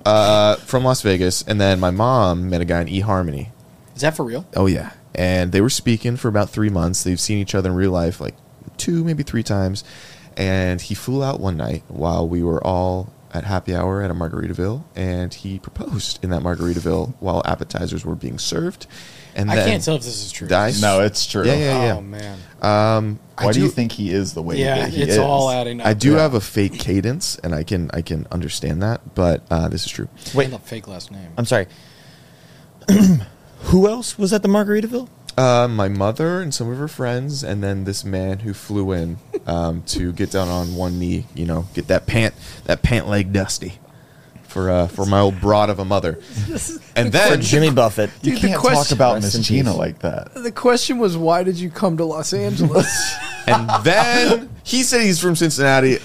Speaker 1: uh, from Las Vegas, and then my mom met a guy in eHarmony.
Speaker 4: Is that for real?
Speaker 1: Oh yeah, and they were speaking for about three months. They've seen each other in real life like two, maybe three times, and he flew out one night while we were all at happy hour at a Margaritaville, and he proposed in that Margaritaville while appetizers were being served. And
Speaker 4: I
Speaker 1: then
Speaker 4: can't tell if this is true.
Speaker 1: I-
Speaker 2: No, it's true.
Speaker 1: Yeah, yeah, yeah.
Speaker 4: Oh man.
Speaker 1: I
Speaker 2: Why do you think he is the way?
Speaker 4: yeah,
Speaker 2: that he
Speaker 4: it's
Speaker 2: is?
Speaker 4: all adding up.
Speaker 1: I do
Speaker 4: Yeah.
Speaker 1: have a fake cadence, and I can I can understand that, but uh, this is true.
Speaker 3: wait.
Speaker 4: And a fake last name.
Speaker 3: I'm sorry. Who else was at the Margaritaville?
Speaker 1: Uh, my mother and some of her friends, and then this man who flew in um, to get down on one knee, you know, get that pant that pant leg dusty for uh, for my old broad of a mother, and
Speaker 3: Or
Speaker 1: then
Speaker 3: Jimmy Buffett?
Speaker 2: You
Speaker 4: Dude, the
Speaker 2: can't talk
Speaker 4: question-
Speaker 2: about
Speaker 3: Rest
Speaker 2: Miss
Speaker 3: in peace.
Speaker 2: Gina like that.
Speaker 4: the question was, why did you come to Los Angeles?
Speaker 1: and then he said he's from Cincinnati.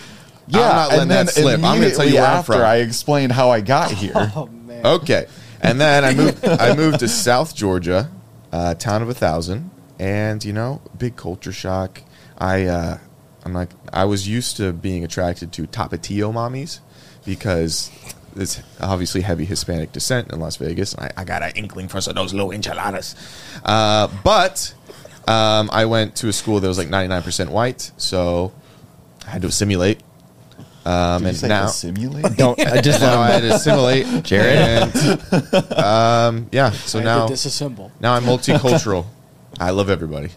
Speaker 1: Yeah, I'm not letting that slip. I'm gonna tell you
Speaker 2: immediately
Speaker 1: where I'm
Speaker 2: after
Speaker 1: from.
Speaker 2: I explained how I got here.
Speaker 4: Oh man.
Speaker 1: Okay. And then I moved. I moved to South Georgia, uh, town of a thousand, and you know, big culture shock. I, uh, I'm like, I was used to being attracted to Tapatio mommies because it's obviously heavy Hispanic descent in Las Vegas. I, I got an inkling for some of those little enchiladas, uh, but um, I went to a school that was like 99% white, so I had to assimilate. Um,
Speaker 2: Did you
Speaker 1: and
Speaker 2: say
Speaker 1: now,
Speaker 2: assimilate?
Speaker 3: Don't I just
Speaker 1: now I had to assimilate.
Speaker 3: Jared?
Speaker 1: And, um, yeah. So
Speaker 4: I
Speaker 1: now,
Speaker 4: had to disassemble.
Speaker 1: now I'm multicultural. I love everybody.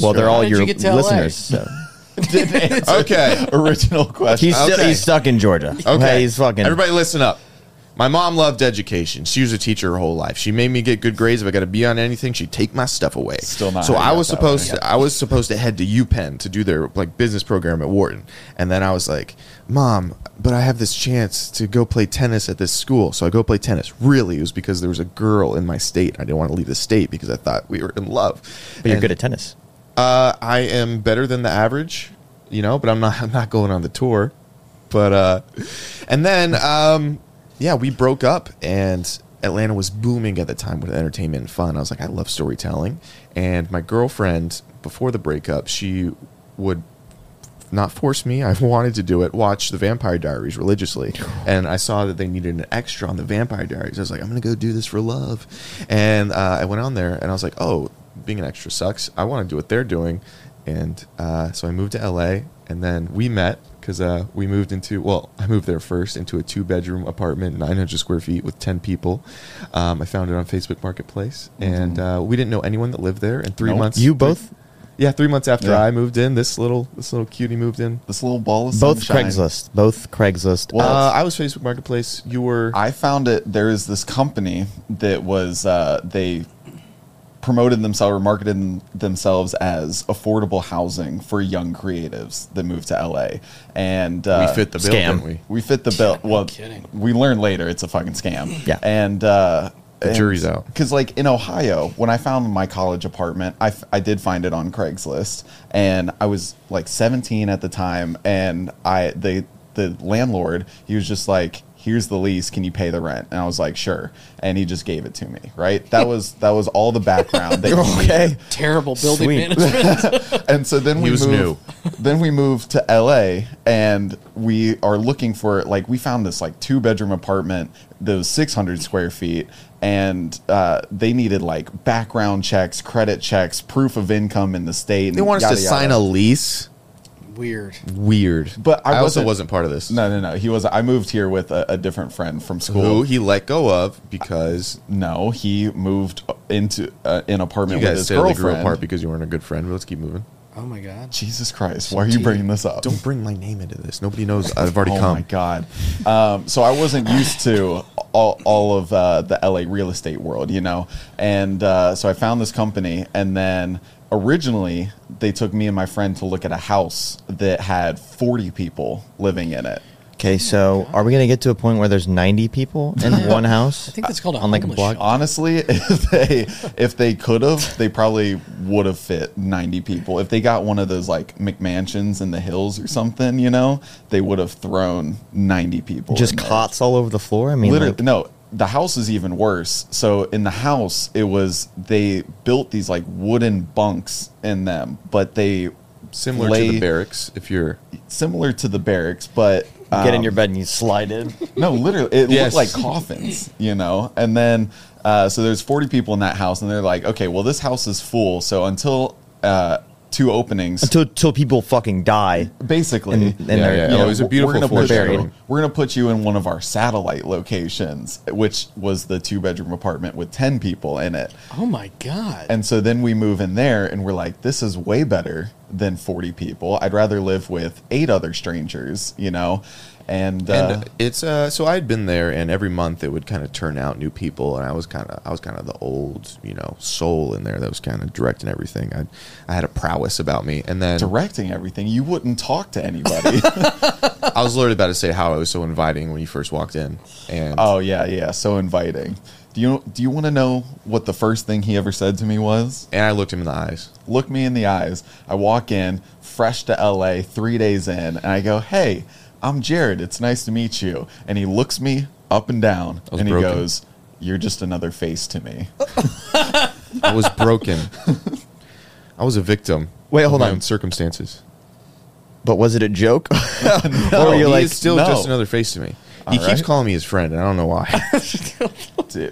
Speaker 3: well, they're
Speaker 4: Why
Speaker 3: all
Speaker 4: did
Speaker 3: your
Speaker 4: you get to LA?
Speaker 3: listeners. So.
Speaker 1: Okay.
Speaker 2: Original question.
Speaker 3: He's still,
Speaker 1: Okay.
Speaker 3: he's stuck in Georgia.
Speaker 1: Okay.
Speaker 3: he's fucking.
Speaker 1: Everybody, listen up. My mom loved education. She was a teacher her whole life. She made me get good grades. If I got to be on anything, she'd take my stuff away.
Speaker 2: Still not
Speaker 1: So
Speaker 2: how you
Speaker 1: I
Speaker 2: got
Speaker 1: was
Speaker 2: that
Speaker 1: supposed
Speaker 2: way.
Speaker 1: to. I was supposed to head to UPenn to do their like business program at Wharton, and then I was like, "Mom, but I have this chance to go play tennis at this school." So I go play tennis. Really, it was because there was a girl in my state. I didn't want to leave the state because I thought we were in love.
Speaker 3: but you're
Speaker 1: And-
Speaker 3: good at tennis.
Speaker 1: uh, I am better than the average, you know, but I'm not. I'm not going on the tour. But uh, and then um, yeah, we broke up, and Atlanta was booming at the time with entertainment and fun. I was like, I love storytelling, and my girlfriend before the breakup, she would not force me. I wanted to do it. Watch the Vampire Diaries religiously, and I saw that they needed an extra on the Vampire Diaries. I was like, I'm gonna go do this for love, and uh, I went on there, and I was like, oh, being an extra sucks. I want to do what they're doing, and uh, so I moved to LA, and then we met because uh, we moved into well, I moved there first into a two bedroom apartment, 900 square feet with 10 people. Um, I found it on Facebook Marketplace, and uh, we didn't know anyone that lived there. And three
Speaker 2: Nope.
Speaker 1: months,
Speaker 3: You both,
Speaker 1: yeah, three months after
Speaker 2: Yeah.
Speaker 1: I moved in, this little this little cutie moved in.
Speaker 2: this little ball of
Speaker 3: both
Speaker 2: sunshine.
Speaker 3: Craigslist, both Craigslist.
Speaker 2: Well,
Speaker 1: Uh, I was Facebook Marketplace. You were.
Speaker 2: I found it. There is this company that was uh, they promoted themselves or marketed them- themselves as affordable housing for young creatives that moved to LA, and uh,
Speaker 1: we fit the bill,
Speaker 3: scam.
Speaker 1: didn't we?
Speaker 2: we fit the bill. Well,
Speaker 4: kidding.
Speaker 2: we learn later it's a fucking scam.
Speaker 3: Yeah.
Speaker 2: and uh,
Speaker 1: The jury's out.
Speaker 2: Because like in Ohio, when I found my college apartment, I, f- I did find it on Craigslist, and I was like 17 at the time, and I the the landlord he was just like. Here's the lease. Can you pay the rent? And I was like, sure. And he just gave it to me. Right. That was that was all the background.
Speaker 1: Oh,
Speaker 2: That you needed
Speaker 3: okay.
Speaker 4: Terrible building
Speaker 3: Sweet.
Speaker 4: management.
Speaker 2: and so then
Speaker 1: He
Speaker 2: we
Speaker 1: was
Speaker 2: moved, then we moved to LA and we are looking for like we found this like two bedroom apartment that was 600 square feet and uh, they needed like background checks credit checks proof of income in the state and
Speaker 1: They want us
Speaker 2: yada,
Speaker 1: to
Speaker 2: yada.
Speaker 1: sign a lease.
Speaker 4: Weird.
Speaker 1: Weird,
Speaker 2: But I
Speaker 1: also
Speaker 2: wasn't-
Speaker 1: wasn't part of this.
Speaker 2: no no no he was I moved here with a, a different friend from school
Speaker 1: Who he let go of because
Speaker 2: no he moved into uh, an
Speaker 1: you
Speaker 2: apartment with
Speaker 1: guys
Speaker 2: his
Speaker 1: stayed the girl
Speaker 2: girlfriend
Speaker 1: part because you weren't a good friend. But let's keep moving.
Speaker 4: Oh my god.
Speaker 2: Jesus Christ why are you bringing this up
Speaker 1: Don't bring my name into this. Nobody knows. I've already
Speaker 2: oh
Speaker 1: come.
Speaker 2: my god! Um, so I wasn't used to all, all of uh, the LA real estate world, you know, and uh, so I found this company, and then originally they took me and my friend to look at a house that had forty people living in it.
Speaker 3: Uh, Okay, so are we gonna get to a point where there's 90 people in one house?
Speaker 4: I think that's called a
Speaker 3: on like a
Speaker 4: homeless
Speaker 3: block.
Speaker 4: shelter.
Speaker 2: Honestly, if they if they could have, they probably would have fit ninety people. If they got one of those like McMansions in the hills or something, you know, they would have thrown ninety people.
Speaker 3: Just
Speaker 2: in there.
Speaker 3: cots all over the floor. I mean,
Speaker 2: literally
Speaker 3: like,
Speaker 2: no the house is even worse so in the house it was they built these like wooden bunks in them but they
Speaker 1: Similar
Speaker 2: lay-
Speaker 1: to the barracks, if you're
Speaker 2: similar to the barracks but
Speaker 3: you get in
Speaker 2: um,
Speaker 3: your bed and you slide in.
Speaker 2: no literally it
Speaker 1: Yes.
Speaker 2: looked like coffins you know and then uh, so there's 40 people in that house and they're like okay well this house is full so until uh, two openings
Speaker 3: until till people fucking die.
Speaker 2: basically
Speaker 3: And- and Yeah, they're- yeah,
Speaker 2: you
Speaker 1: it was a beautiful
Speaker 2: we're gonna, put
Speaker 1: foreshadowing.
Speaker 2: you, we're gonna put you in one of our satellite locations which was the two bedroom apartment with 10 people in it
Speaker 4: Oh my god.
Speaker 2: and so then we move in there and we're like this is way better than 40 people i'd rather live with eight other strangers you know and, uh,
Speaker 1: and it's uh so I'd been there and every month it would kind of turn out new people and I was kind of I was kind of the old you know soul in there that was kind of directing everything I I had a prowess about me and then
Speaker 2: directing everything you wouldn't talk to anybody
Speaker 3: Oh.
Speaker 1: I was literally about to say how I was so inviting when you first walked in and
Speaker 2: oh yeah yeah so inviting Do you do you want to know what the first thing he ever said to me was?
Speaker 1: And I looked him in the eyes.
Speaker 2: Look me in the eyes. I walk in, fresh to LA, three days in, and I go, "Hey, I'm Jared. It's nice to meet you." And he looks me up and down,
Speaker 1: was
Speaker 2: and he
Speaker 1: broken.
Speaker 2: goes, "You're just another face to me."
Speaker 1: I was broken. I was a victim.
Speaker 3: Wait,
Speaker 1: of
Speaker 3: hold
Speaker 1: my
Speaker 3: on.
Speaker 1: own circumstances.
Speaker 3: But was it a joke?
Speaker 2: No,
Speaker 3: or
Speaker 1: he
Speaker 3: you're like,
Speaker 1: is still
Speaker 2: no.
Speaker 1: just another face to me. He
Speaker 2: All
Speaker 1: keeps
Speaker 2: right.
Speaker 1: calling me his friend, and I don't know why.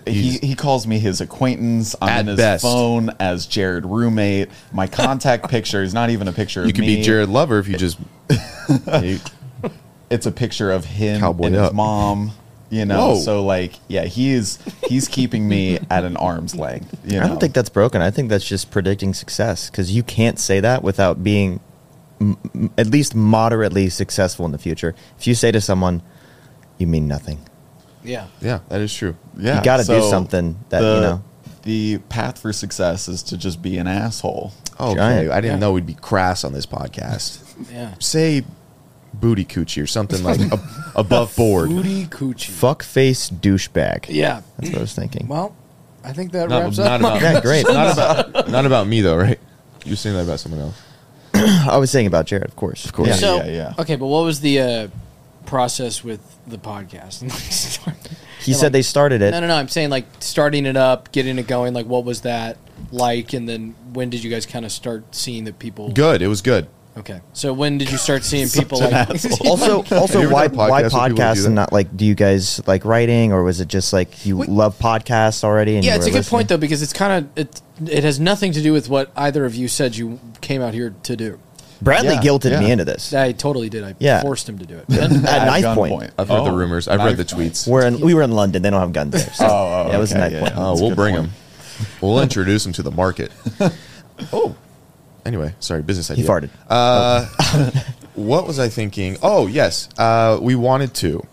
Speaker 2: he he calls me his acquaintance. I'm
Speaker 1: At
Speaker 2: in his
Speaker 1: best.
Speaker 2: phone as Jared roommate. My contact picture is not even a picture
Speaker 1: you
Speaker 2: of
Speaker 1: could
Speaker 2: me.
Speaker 1: be Jared Lover if you just. You-
Speaker 2: It's a picture of him
Speaker 1: Cowboy
Speaker 2: and
Speaker 1: up.
Speaker 2: his mom. You know,
Speaker 1: Whoa.
Speaker 2: so like, yeah, he is he's keeping me at an arm's length. You know?
Speaker 3: I don't think that's broken. I think that's just predicting success because you can't say that without being m- m- at least moderately successful in the future. If you say to someone, you mean nothing.
Speaker 4: Yeah.
Speaker 1: yeah, that is true.
Speaker 2: yeah,
Speaker 3: you gotta do something that, you
Speaker 2: the-
Speaker 3: know.
Speaker 2: The path for success is to just be an asshole.
Speaker 1: Oh, okay.
Speaker 3: Giant.
Speaker 1: I didn't
Speaker 4: Yeah.
Speaker 1: know we'd be crass on this podcast.
Speaker 4: Yeah.
Speaker 1: Say booty coochie or something like ab- above board.
Speaker 4: Booty coochie.
Speaker 3: Fuck face douchebag.
Speaker 4: Yeah.
Speaker 3: That's what I was thinking.
Speaker 4: Well, I think that
Speaker 1: Not,
Speaker 4: wraps
Speaker 1: not
Speaker 4: up. my-
Speaker 1: about
Speaker 3: Yeah, great.
Speaker 1: Not about not about me though, right? You're saying that about someone else.
Speaker 3: I was saying about Jared, of course. Of
Speaker 2: course. Yeah,
Speaker 4: so,
Speaker 2: yeah, yeah.
Speaker 4: okay, but what was the uh, process with the podcast?
Speaker 3: He said they started it.
Speaker 4: No, no, no. I'm saying like starting it up, getting it going. Like, what was that like? And then when did you guys kind of start seeing the people?
Speaker 1: Good. It was good.
Speaker 4: Okay, so when did you start seeing people
Speaker 2: an
Speaker 4: like?
Speaker 2: asshole.
Speaker 3: Also,
Speaker 1: Have you
Speaker 3: also,
Speaker 1: ever
Speaker 3: why
Speaker 1: done podcasts
Speaker 3: why
Speaker 1: with people that do
Speaker 3: podcasts
Speaker 1: that?
Speaker 3: and not like? Do you guys like writing, or was it just like you love podcasts already? And
Speaker 4: yeah,
Speaker 3: you
Speaker 4: it's a
Speaker 3: were
Speaker 4: good point
Speaker 3: listening?
Speaker 4: though because it's kind of it. It has nothing to do with what either of you said you came out here to do.
Speaker 3: Bradley
Speaker 2: Yeah,
Speaker 3: guilted
Speaker 2: yeah.
Speaker 3: me into this.
Speaker 4: I totally did. I
Speaker 3: Yeah.
Speaker 4: forced him to do it.
Speaker 3: at knife point.
Speaker 1: I've heard the
Speaker 2: Oh,
Speaker 1: rumors. I've read the
Speaker 2: knife point.
Speaker 1: tweets.
Speaker 3: We're in, we were in London. They don't have guns there. So
Speaker 2: Oh, oh,
Speaker 3: yeah, it was
Speaker 2: okay,
Speaker 3: a knife
Speaker 2: yeah,
Speaker 3: point.
Speaker 2: yeah.
Speaker 1: Oh,
Speaker 2: That's a
Speaker 1: we'll
Speaker 2: good
Speaker 1: bring
Speaker 2: point.
Speaker 1: him. We'll introduce him to the market. oh. Anyway, sorry, business idea.
Speaker 3: farted.
Speaker 1: Uh, what was I thinking? Oh, yes. Uh, we wanted to.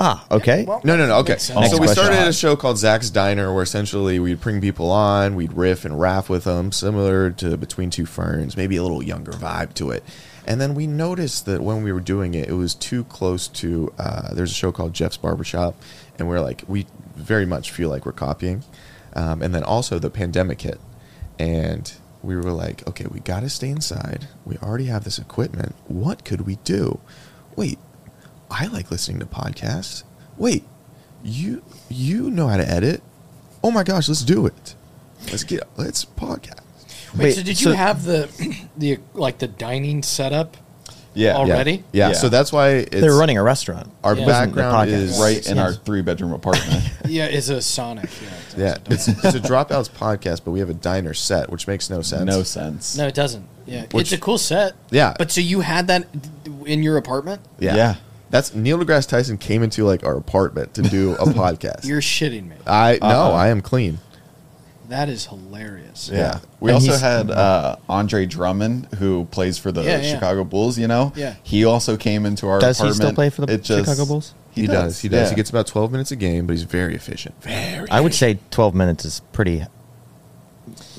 Speaker 3: Ah, okay.
Speaker 4: Well-
Speaker 1: No, no, no. Okay.
Speaker 4: Makes
Speaker 1: So
Speaker 4: sense.
Speaker 1: we
Speaker 3: Next
Speaker 1: started
Speaker 2: question.
Speaker 1: a show called Zach's Diner where essentially we'd bring people on, we'd riff and raff with them, similar to Between Two Ferns, maybe a little younger vibe to it. And then we noticed that when we were doing it, it was too close to. Uh, there's a show called Jeff's Barbershop, and we're like, we very much feel like we're copying. Um, and then also the pandemic hit, and we were like, okay, we got to stay inside. We already have this equipment. What could we do? Wait, I like listening to podcasts. Wait, you you know how to edit? Oh my gosh, let's do it. Let's get let's podcast.
Speaker 4: Wait,
Speaker 3: Wait,
Speaker 4: so did
Speaker 3: so-
Speaker 4: you have the the like the dining setup?
Speaker 2: Yeah,
Speaker 4: Already?
Speaker 2: yeah.
Speaker 1: Yeah, yeah.
Speaker 2: Yeah.
Speaker 1: So that's why it's,
Speaker 3: They're running a restaurant.
Speaker 1: Our
Speaker 4: Yeah.
Speaker 1: background
Speaker 3: Listen to the
Speaker 1: is
Speaker 3: podcast.
Speaker 2: right in
Speaker 4: Yeah.
Speaker 2: our three bedroom apartment.
Speaker 4: Yeah, it's a Sonic. Yeah, it's-
Speaker 1: Yeah,
Speaker 4: it's
Speaker 1: it's,
Speaker 4: a-
Speaker 1: it's a dropouts podcast, but we have a diner set, which makes no sense.
Speaker 2: no sense.
Speaker 4: no, it doesn't. Yeah,
Speaker 1: Which-
Speaker 4: it's a cool set.
Speaker 1: Yeah.
Speaker 4: but so you had that in your apartment?
Speaker 1: Yeah.
Speaker 2: Yeah.
Speaker 1: that's Neil deGrasse Tyson came into like our apartment to do a podcast.
Speaker 4: You're shitting me.
Speaker 1: I no,
Speaker 2: Uh-uh.
Speaker 1: I am clean.
Speaker 4: That is hilarious.
Speaker 2: Yeah. We
Speaker 3: And
Speaker 2: also
Speaker 3: he's-
Speaker 2: had uh, Andre Drummond, who plays for the
Speaker 4: Yeah, yeah.
Speaker 2: Chicago Bulls, you know?
Speaker 4: Yeah.
Speaker 2: He also came into our
Speaker 3: Does he
Speaker 2: apartment.
Speaker 3: still play for the
Speaker 2: It just-
Speaker 3: Chicago Bulls?
Speaker 1: He, does, He does.
Speaker 2: yeah.
Speaker 1: He gets about twelve minutes a game, but he's very efficient. Very.
Speaker 3: I would say 12 minutes is pretty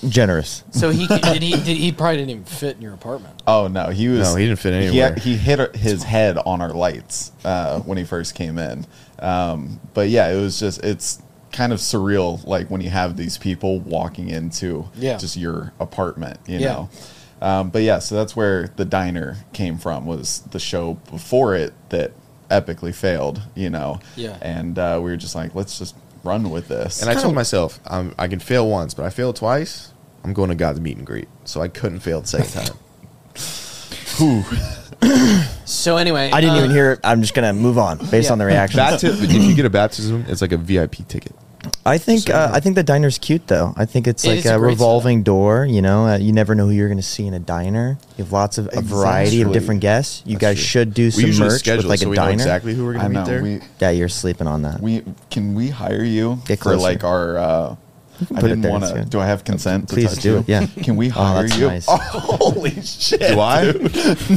Speaker 3: generous.
Speaker 4: So he did he did, he probably didn't even fit in your apartment.
Speaker 2: Oh, no. He was.
Speaker 1: No, he didn't fit
Speaker 2: He,
Speaker 1: anywhere.
Speaker 2: he hit his head on our lights uh, when he first came in. Um, but yeah, it was just, it's kind of surreal, like when you have these people walking into
Speaker 4: Yeah.
Speaker 2: just your apartment, you
Speaker 4: Yeah.
Speaker 2: know? Um, but yeah, so that's where the diner came from, was the show before it that epically failed, you know?
Speaker 4: Yeah.
Speaker 2: And uh, we were just like, let's just run with this.
Speaker 1: And I told myself, um, I can fail once, but I failed twice. I'm going to God's meet and greet, so I couldn't fail the second time.
Speaker 4: So anyway,
Speaker 3: I didn't
Speaker 4: uh,
Speaker 3: even hear it. I'm just going to move on based
Speaker 4: Yeah.
Speaker 3: on the reaction.
Speaker 1: Baptism, if you get a baptism, it's like a VIP ticket.
Speaker 3: I think uh, I think the diner's cute though. I think it's
Speaker 4: It
Speaker 3: like
Speaker 4: is a
Speaker 3: a,
Speaker 4: great
Speaker 3: revolving door. You know, uh, you never know who you're going to see in a diner. You have lots of a variety of
Speaker 2: Exactly.
Speaker 3: different guests. You
Speaker 1: That's
Speaker 3: guys
Speaker 1: true.
Speaker 3: should do some
Speaker 1: usually
Speaker 3: merch with
Speaker 1: schedule it
Speaker 3: like
Speaker 1: so
Speaker 3: a
Speaker 1: we know
Speaker 3: diner.
Speaker 1: exactly who we're
Speaker 2: I
Speaker 1: going to meet there.
Speaker 2: We,
Speaker 3: Yeah, you're sleeping on that.
Speaker 2: we can we hire you
Speaker 3: Get
Speaker 2: for
Speaker 3: closer.
Speaker 2: like our. Uh, I
Speaker 3: put it
Speaker 2: didn't
Speaker 3: there,
Speaker 2: want
Speaker 3: it's
Speaker 2: to.
Speaker 3: good.
Speaker 2: Do I have consent? to
Speaker 3: Please
Speaker 2: touch
Speaker 3: do
Speaker 2: you?
Speaker 3: it, yeah.
Speaker 2: Can we
Speaker 3: Oh,
Speaker 2: hire
Speaker 3: that's
Speaker 2: you?
Speaker 3: nice.
Speaker 2: Oh, holy shit!
Speaker 1: Do I?
Speaker 2: dude.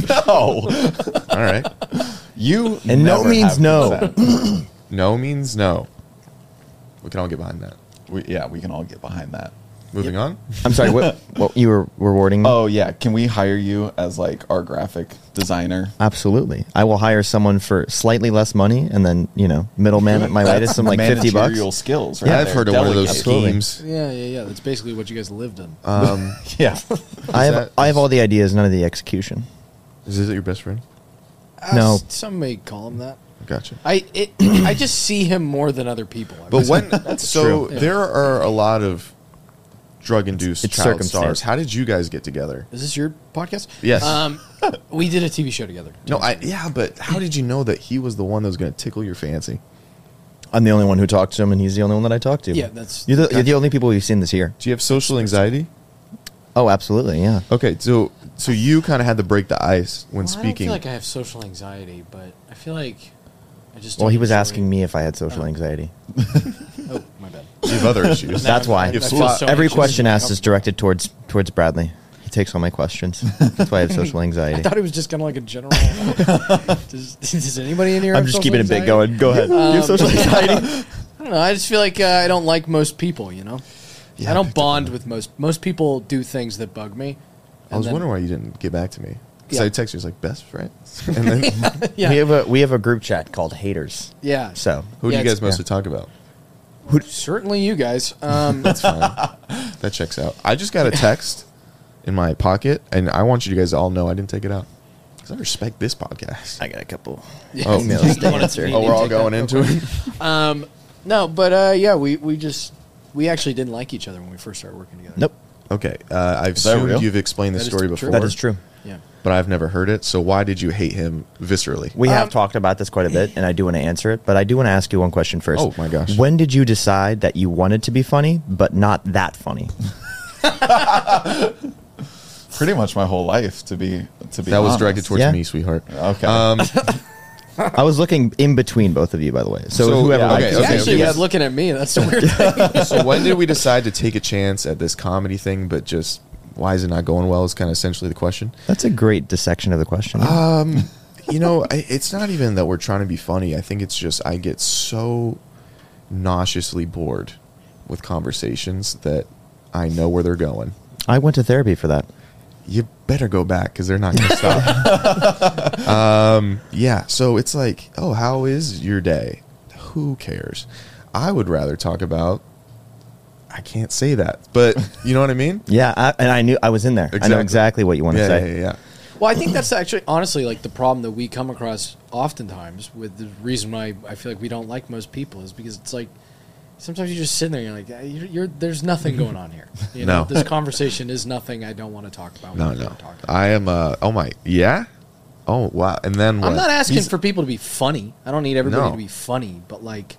Speaker 2: no.
Speaker 1: All right.
Speaker 2: Oh, You
Speaker 3: And no
Speaker 2: never
Speaker 3: means
Speaker 2: have
Speaker 3: no.
Speaker 2: consent.
Speaker 1: No means no. We can all get behind that.
Speaker 2: we, yeah, we can all get behind that.
Speaker 1: Moving on.
Speaker 3: I'm sorry. What, what you were
Speaker 1: Mm.
Speaker 3: rewarding? me?
Speaker 2: Oh yeah, can we hire you as like our graphic designer?
Speaker 3: Absolutely. I will hire someone for slightly less money and then, you know, middleman at my
Speaker 2: That's
Speaker 3: latest, I'm like 50 bucks.
Speaker 2: managerial skills. Right
Speaker 1: Yeah, I've
Speaker 2: there.
Speaker 1: heard of one of those
Speaker 2: Delegate.
Speaker 3: Absolutely.
Speaker 1: schemes.
Speaker 4: Yeah, yeah, yeah. That's basically what you guys lived in.
Speaker 1: Um,
Speaker 2: Yeah,
Speaker 3: I have
Speaker 1: that-
Speaker 3: I have all the ideas, none of the execution.
Speaker 1: is this your best friend?
Speaker 4: Uh,
Speaker 3: no.
Speaker 4: s- Some may call him that.
Speaker 1: Gotcha.
Speaker 4: I it, I just see him more than other people. I
Speaker 1: But
Speaker 4: guess.
Speaker 1: when so there are a lot of drug induced
Speaker 3: It's
Speaker 1: child
Speaker 3: circumstance.
Speaker 1: stars. How did you guys get together?
Speaker 4: is this your podcast?
Speaker 1: Yes.
Speaker 4: Um, we did a TV show together.
Speaker 1: No, I yeah, but how did you know that he was the one that was going to tickle your fancy?
Speaker 3: I'm the only one who talked to him and he's the only one that I talked to.
Speaker 4: Yeah, that's-
Speaker 3: You're the, you're the only people we've seen this year.
Speaker 1: Do you have social anxiety?
Speaker 3: Oh, absolutely. Yeah.
Speaker 1: Okay, so so you kind of had to break the ice when
Speaker 4: Well,
Speaker 1: speaking.
Speaker 4: I don't feel like I have social anxiety, but I feel like I just.
Speaker 3: Well,
Speaker 4: don't
Speaker 3: he was
Speaker 4: enjoy-
Speaker 3: asking me if I had
Speaker 4: Uh,
Speaker 3: social anxiety.
Speaker 4: Oh, my bad.
Speaker 1: you have other issues.
Speaker 3: That's why.
Speaker 1: If
Speaker 4: feel
Speaker 1: so-
Speaker 3: Every
Speaker 4: anxious.
Speaker 3: question asked is directed towards towards Bradley. He takes all my questions. That's why I have social
Speaker 4: I
Speaker 3: anxiety.
Speaker 4: thought it was just kind of like a general. does, does anybody in here?
Speaker 3: I'm
Speaker 4: have
Speaker 3: just
Speaker 4: social
Speaker 3: keeping it big
Speaker 4: anxiety? Um,
Speaker 3: going. Go ahead. you have social anxiety?
Speaker 4: I don't know. I just feel like uh, I don't like most people. You know,
Speaker 1: Yeah,
Speaker 4: I
Speaker 1: I picked
Speaker 4: don't
Speaker 1: up
Speaker 4: bond with most. Most people do things that bug me.
Speaker 1: I was
Speaker 4: And then-
Speaker 1: wondering why you didn't get back to me because
Speaker 4: Yeah.
Speaker 1: I texted you I was like best friends, and then
Speaker 4: Yeah,
Speaker 3: We have a we have a group chat called haters.
Speaker 4: yeah.
Speaker 3: So
Speaker 1: who do
Speaker 4: Yeah,
Speaker 1: you
Speaker 4: it's-
Speaker 1: guys mostly talk about?
Speaker 4: certainly you guys. Um,
Speaker 1: That's fine. that checks out. I just got a text in my pocket, and I want you guys to all know I didn't take it out because I respect this podcast.
Speaker 3: I got a couple.
Speaker 4: yeah.
Speaker 1: Oh,
Speaker 4: You
Speaker 1: emails
Speaker 3: to
Speaker 4: wanna-
Speaker 3: answer.
Speaker 4: you
Speaker 1: oh,
Speaker 4: need
Speaker 1: we're
Speaker 4: to
Speaker 1: all
Speaker 4: take that
Speaker 1: going
Speaker 4: real
Speaker 1: into
Speaker 4: quick.
Speaker 1: it.
Speaker 4: Um, no, but uh, yeah, we we just we actually didn't like each other when we first started working together.
Speaker 3: Nope.
Speaker 1: Okay, uh, I've
Speaker 2: that real?
Speaker 1: assumed you've explained this
Speaker 4: That is
Speaker 1: story
Speaker 4: true.
Speaker 1: before.
Speaker 3: That is true.
Speaker 4: Yeah.
Speaker 1: but I've never heard it. So why did you hate him viscerally?
Speaker 3: We
Speaker 4: Um,
Speaker 3: have talked about this quite a bit, and I do want to answer it, but I do want to ask you one question first.
Speaker 1: Oh, my gosh.
Speaker 3: When did you decide that you wanted to be funny, but not that funny?
Speaker 2: pretty much my whole life to be to be.
Speaker 1: that was
Speaker 2: honest.
Speaker 1: directed towards
Speaker 3: uh-huh. Yeah. Uh,
Speaker 1: me, sweetheart.
Speaker 2: Okay.
Speaker 1: Um,
Speaker 3: I was looking in between both of you, by the way. So,
Speaker 1: So,
Speaker 3: whoever
Speaker 1: yeah,
Speaker 3: liked
Speaker 1: okay,
Speaker 3: it.
Speaker 4: He's
Speaker 1: okay,
Speaker 4: actually
Speaker 1: okay.
Speaker 4: was looking at me. That's the weird thing.
Speaker 1: so when did we decide to take a chance at this comedy thing? But just why is it not going well? Is kind of essentially the question.
Speaker 3: That's a great dissection of the question.
Speaker 1: Um, you know, I, it's not even that we're trying to be funny. I think it's just I get so nauseously bored with conversations that I know where they're going.
Speaker 3: I went to therapy for that.
Speaker 1: You better go back because they're not going to stop. um, yeah, so it's like, oh, how is your day? Who cares? I would rather talk about. I can't say that, but you know what I mean.
Speaker 3: Yeah, I, and I knew I was in there. I know
Speaker 1: Exactly.
Speaker 3: exactly what you want to
Speaker 1: Yeah,
Speaker 3: say.
Speaker 1: yeah, yeah, yeah.
Speaker 4: well, I think that's actually honestly like the problem that we come across oftentimes with the reason why I feel like we don't like most people is because it's like sometimes you just sit there and you're like "Ah, you're, you're there's nothing going on here. You
Speaker 1: No.
Speaker 4: know, this conversation is nothing. I don't want to talk about.
Speaker 1: No,
Speaker 4: what we're
Speaker 1: no.
Speaker 4: talking about.
Speaker 1: I am. Uh, oh my. Yeah. Oh wow. And then what?
Speaker 4: I'm not asking
Speaker 1: He's-
Speaker 4: for people to be funny. I don't need everybody
Speaker 1: No.
Speaker 4: to be funny, but like,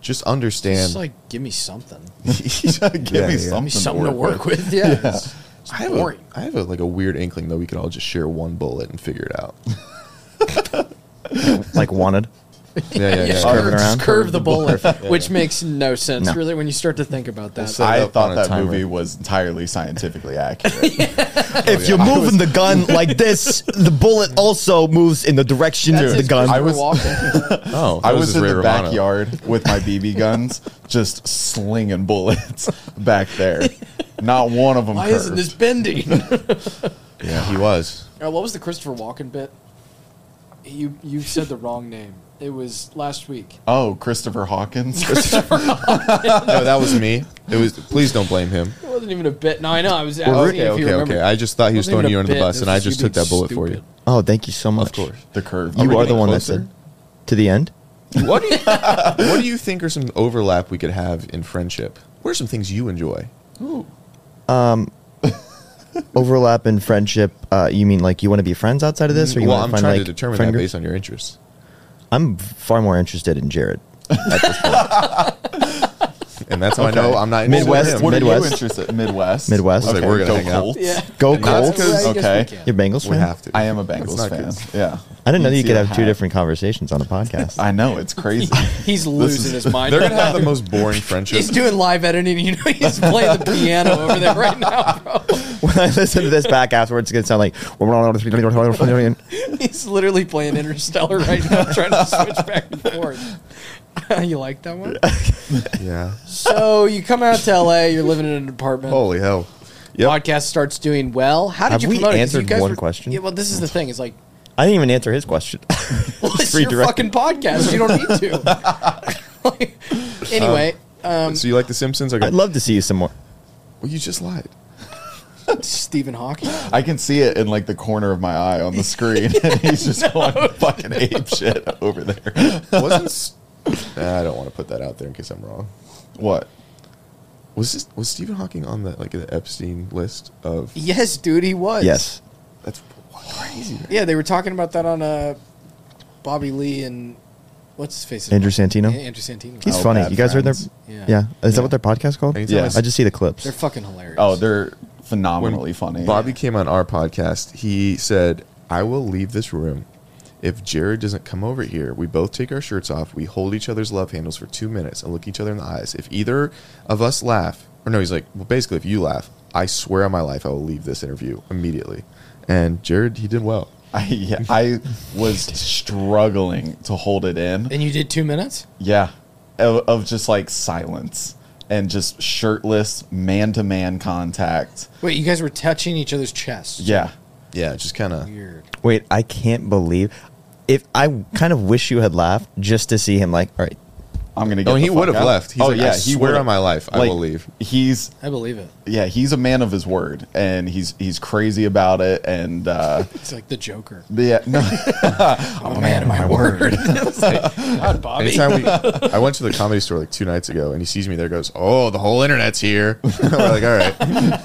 Speaker 1: Just understand.
Speaker 4: just like give me something,
Speaker 2: Give
Speaker 1: Yeah,
Speaker 2: me
Speaker 1: yeah.
Speaker 4: give me
Speaker 2: something,
Speaker 4: something to work with. Yeah, It's, it's
Speaker 1: I have, a,
Speaker 4: boring.
Speaker 1: I have a, like a weird inkling that we could all just share one bullet and figure it out.
Speaker 3: Like wanted.
Speaker 1: Yeah, yeah, yeah.
Speaker 4: Just
Speaker 1: yeah.
Speaker 3: curve it
Speaker 4: curve, just
Speaker 3: around.
Speaker 4: curve the bullet, which makes no sense
Speaker 3: No.
Speaker 4: really when you start to think about that.
Speaker 1: set it
Speaker 2: I
Speaker 1: up on
Speaker 2: thought
Speaker 1: a
Speaker 2: that
Speaker 1: timer.
Speaker 2: movie was entirely scientifically accurate.
Speaker 1: Oh,
Speaker 3: if you're moving the gun like this, the bullet also moves in the direction
Speaker 4: That's his Christopher
Speaker 2: I was-
Speaker 4: Walken.
Speaker 1: Oh,
Speaker 2: I
Speaker 1: that
Speaker 2: was
Speaker 1: his
Speaker 2: in the
Speaker 1: Ray Romano.
Speaker 2: backyard with my BB guns, just slinging bullets back there. Not one of them.
Speaker 4: Why isn't this bending? Uh,
Speaker 1: Yeah, he was.
Speaker 4: what was the Christopher Walken bit? You you said the wrong name. It was last week.
Speaker 2: Oh, Christopher Hawkins.
Speaker 1: No, that was me. It was. Please don't blame him.
Speaker 4: It wasn't even a bit. No, I know. I was asking
Speaker 1: Well,
Speaker 4: if
Speaker 1: okay,
Speaker 4: you
Speaker 1: okay,
Speaker 4: remember.
Speaker 1: okay. I just thought he was
Speaker 4: Wasn't even
Speaker 1: throwing
Speaker 4: a
Speaker 1: you under the
Speaker 4: bit.
Speaker 1: bus, and
Speaker 4: This
Speaker 1: I
Speaker 4: was
Speaker 1: just
Speaker 4: you
Speaker 1: took
Speaker 4: being
Speaker 1: that bullet for you.
Speaker 4: stupid.
Speaker 3: Oh, thank you so much.
Speaker 1: Of course.
Speaker 2: the curve.
Speaker 3: You are the one that
Speaker 1: closer?
Speaker 3: said to the end.
Speaker 1: What do you What do you think are some overlap we could have in friendship? What are some things you enjoy?
Speaker 3: Overlap in friendship. Uh, you mean like you want to be friends outside of this, or you
Speaker 1: well,
Speaker 3: want
Speaker 1: I'm
Speaker 3: to find
Speaker 1: trying
Speaker 3: like
Speaker 1: to determine
Speaker 3: friend
Speaker 1: that
Speaker 3: groups?
Speaker 1: based on your interests.
Speaker 3: I'm far more interested in Jared.
Speaker 1: And that's how I know I'm not into
Speaker 3: Midwest-
Speaker 1: him.
Speaker 2: What are you
Speaker 3: Midwest?
Speaker 2: interested? Midwest.
Speaker 3: Midwest.
Speaker 1: I was like, we're gonna
Speaker 2: go
Speaker 1: hang out.
Speaker 2: Colts.
Speaker 4: Yeah.
Speaker 3: Go
Speaker 2: And that's
Speaker 3: Colts.
Speaker 2: 'cause-
Speaker 4: Yeah, I guess we
Speaker 2: Okay.
Speaker 4: can.
Speaker 3: You're Bengals
Speaker 1: We
Speaker 3: fan.
Speaker 1: have to.
Speaker 2: I am a
Speaker 1: That's
Speaker 2: Bengals
Speaker 1: not
Speaker 2: fan.
Speaker 1: good.
Speaker 2: Yeah.
Speaker 3: I didn't know that you
Speaker 2: Easy
Speaker 3: could
Speaker 2: to
Speaker 3: have two different conversations on a podcast.
Speaker 2: I know it's crazy.
Speaker 4: He's losing his mind.
Speaker 1: They're gonna have the most boring friendship.
Speaker 4: He's doing live editing. You know, he's playing the piano over there right now, bro.
Speaker 3: when I listen to this back afterwards, it's gonna sound like.
Speaker 4: He's literally playing Interstellar right now, trying to switch back and forth. you like that one?
Speaker 1: Yeah.
Speaker 4: so you come out to LA, you're living in an apartment.
Speaker 1: Holy hell. Yep.
Speaker 4: Podcast starts doing well. How
Speaker 3: Oh,
Speaker 4: did
Speaker 3: Have
Speaker 4: you
Speaker 3: we
Speaker 4: promote it? 'Cause you
Speaker 3: answered
Speaker 4: guys
Speaker 3: one
Speaker 4: were-
Speaker 3: question?
Speaker 4: Yeah, well, this is the thing. It's like
Speaker 3: I didn't even answer his question.
Speaker 4: well, it's
Speaker 3: Free
Speaker 4: your
Speaker 3: direct-
Speaker 4: fucking podcast. You don't need to. anyway, um,
Speaker 1: So you like The Simpsons? I
Speaker 3: I'd
Speaker 1: go,
Speaker 3: love to see you some more.
Speaker 1: well, you just lied.
Speaker 4: Stephen Hawking.
Speaker 2: I can see it in like the corner of my eye on the screen. and he's just going fucking ape shit over there.
Speaker 1: Wasn't. s- Nah, I don't want to put that out there in case I'm wrong.
Speaker 2: What?
Speaker 1: Was this, was Stephen Hawking on the like the Epstein list of?
Speaker 4: Yes, dude, he was.
Speaker 3: Yes.
Speaker 1: That's crazy. man.
Speaker 4: Yeah, they were talking about that on uh, Bobby Lee and what's his face?
Speaker 3: Andrew Santino?
Speaker 4: Yeah, Andrew Santino.
Speaker 3: He's
Speaker 2: Oh,
Speaker 3: funny.
Speaker 2: bad
Speaker 3: You guys
Speaker 2: friends.
Speaker 3: heard their.
Speaker 4: Yeah.
Speaker 3: Yeah. Is that what their podcast called?
Speaker 1: Anytime
Speaker 2: Yeah.
Speaker 1: s-
Speaker 3: I just see the clips.
Speaker 4: They're fucking hilarious.
Speaker 2: Oh, they're
Speaker 1: when
Speaker 2: phenomenally funny.
Speaker 1: Bobby came on our podcast. He said, "I will leave this room if Jared doesn't come over here. We both take our shirts off. We hold each other's love handles for two minutes and look each other in the eyes. If either of us laugh, or no, he's like, well, basically, if you laugh, I swear on my life, I will leave this interview immediately." And Jared, he did well.
Speaker 2: I, yeah, I was struggling to hold it in.
Speaker 4: and you did two minutes.
Speaker 2: Yeah. Of, of just like silence and just shirtless man to man contact.
Speaker 4: Wait, you guys were touching each other's chests.
Speaker 2: Yeah.
Speaker 1: Yeah, just kind of.
Speaker 4: Weird.
Speaker 3: Wait, I can't believe. If I kind of wish you had laughed just to see him, like, all right,
Speaker 2: I'm gonna get.
Speaker 1: Oh, and
Speaker 2: the
Speaker 1: he
Speaker 2: fuck
Speaker 1: would've
Speaker 2: out.
Speaker 1: left. He's like, "I swear
Speaker 2: would've."
Speaker 1: on my life, I will leave.
Speaker 2: He's
Speaker 4: I believe it.
Speaker 2: yeah, he's a man of his word, and he's he's crazy about it. And uh,
Speaker 4: It's like the Joker.
Speaker 2: yeah, no,
Speaker 4: I'm a Oh, man of my word. It's like, God, Bobby.
Speaker 1: Anytime we, I went to the comedy store like two nights ago, and he sees me there, goes, "Oh, the whole internet's here." We're like, "All right."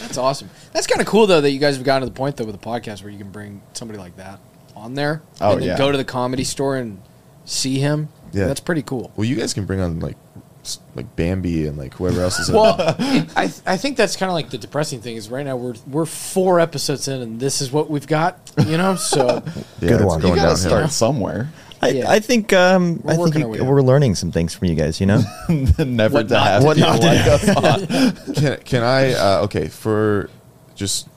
Speaker 4: That's awesome. That's kind of cool though that you guys have gotten to the point though with the podcast where you can bring somebody like that on there
Speaker 2: Oh,
Speaker 4: and then
Speaker 2: yeah.
Speaker 4: go to the comedy store and see him.
Speaker 1: Yeah.
Speaker 4: that's pretty cool.
Speaker 1: Well, you guys can bring on like s- like Bambi and like whoever else is.
Speaker 4: Well,
Speaker 1: Well,
Speaker 4: I I think that's kind of like the depressing thing is right now we're we're four episodes in and this is what we've got, you know. So
Speaker 1: yeah,
Speaker 3: good
Speaker 1: it's
Speaker 3: one. You
Speaker 1: Going
Speaker 2: you gotta
Speaker 1: downhill.
Speaker 2: start somewhere.
Speaker 3: I,
Speaker 4: Yeah.
Speaker 3: I think um,
Speaker 4: We're
Speaker 3: I think
Speaker 4: working
Speaker 3: you,
Speaker 4: our way up.
Speaker 3: we're learning some things from you guys. You know,
Speaker 2: Never
Speaker 4: What
Speaker 2: to
Speaker 4: not
Speaker 2: have
Speaker 4: to
Speaker 2: people
Speaker 3: do.
Speaker 2: like us on.
Speaker 1: Can can I? Uh, okay, for just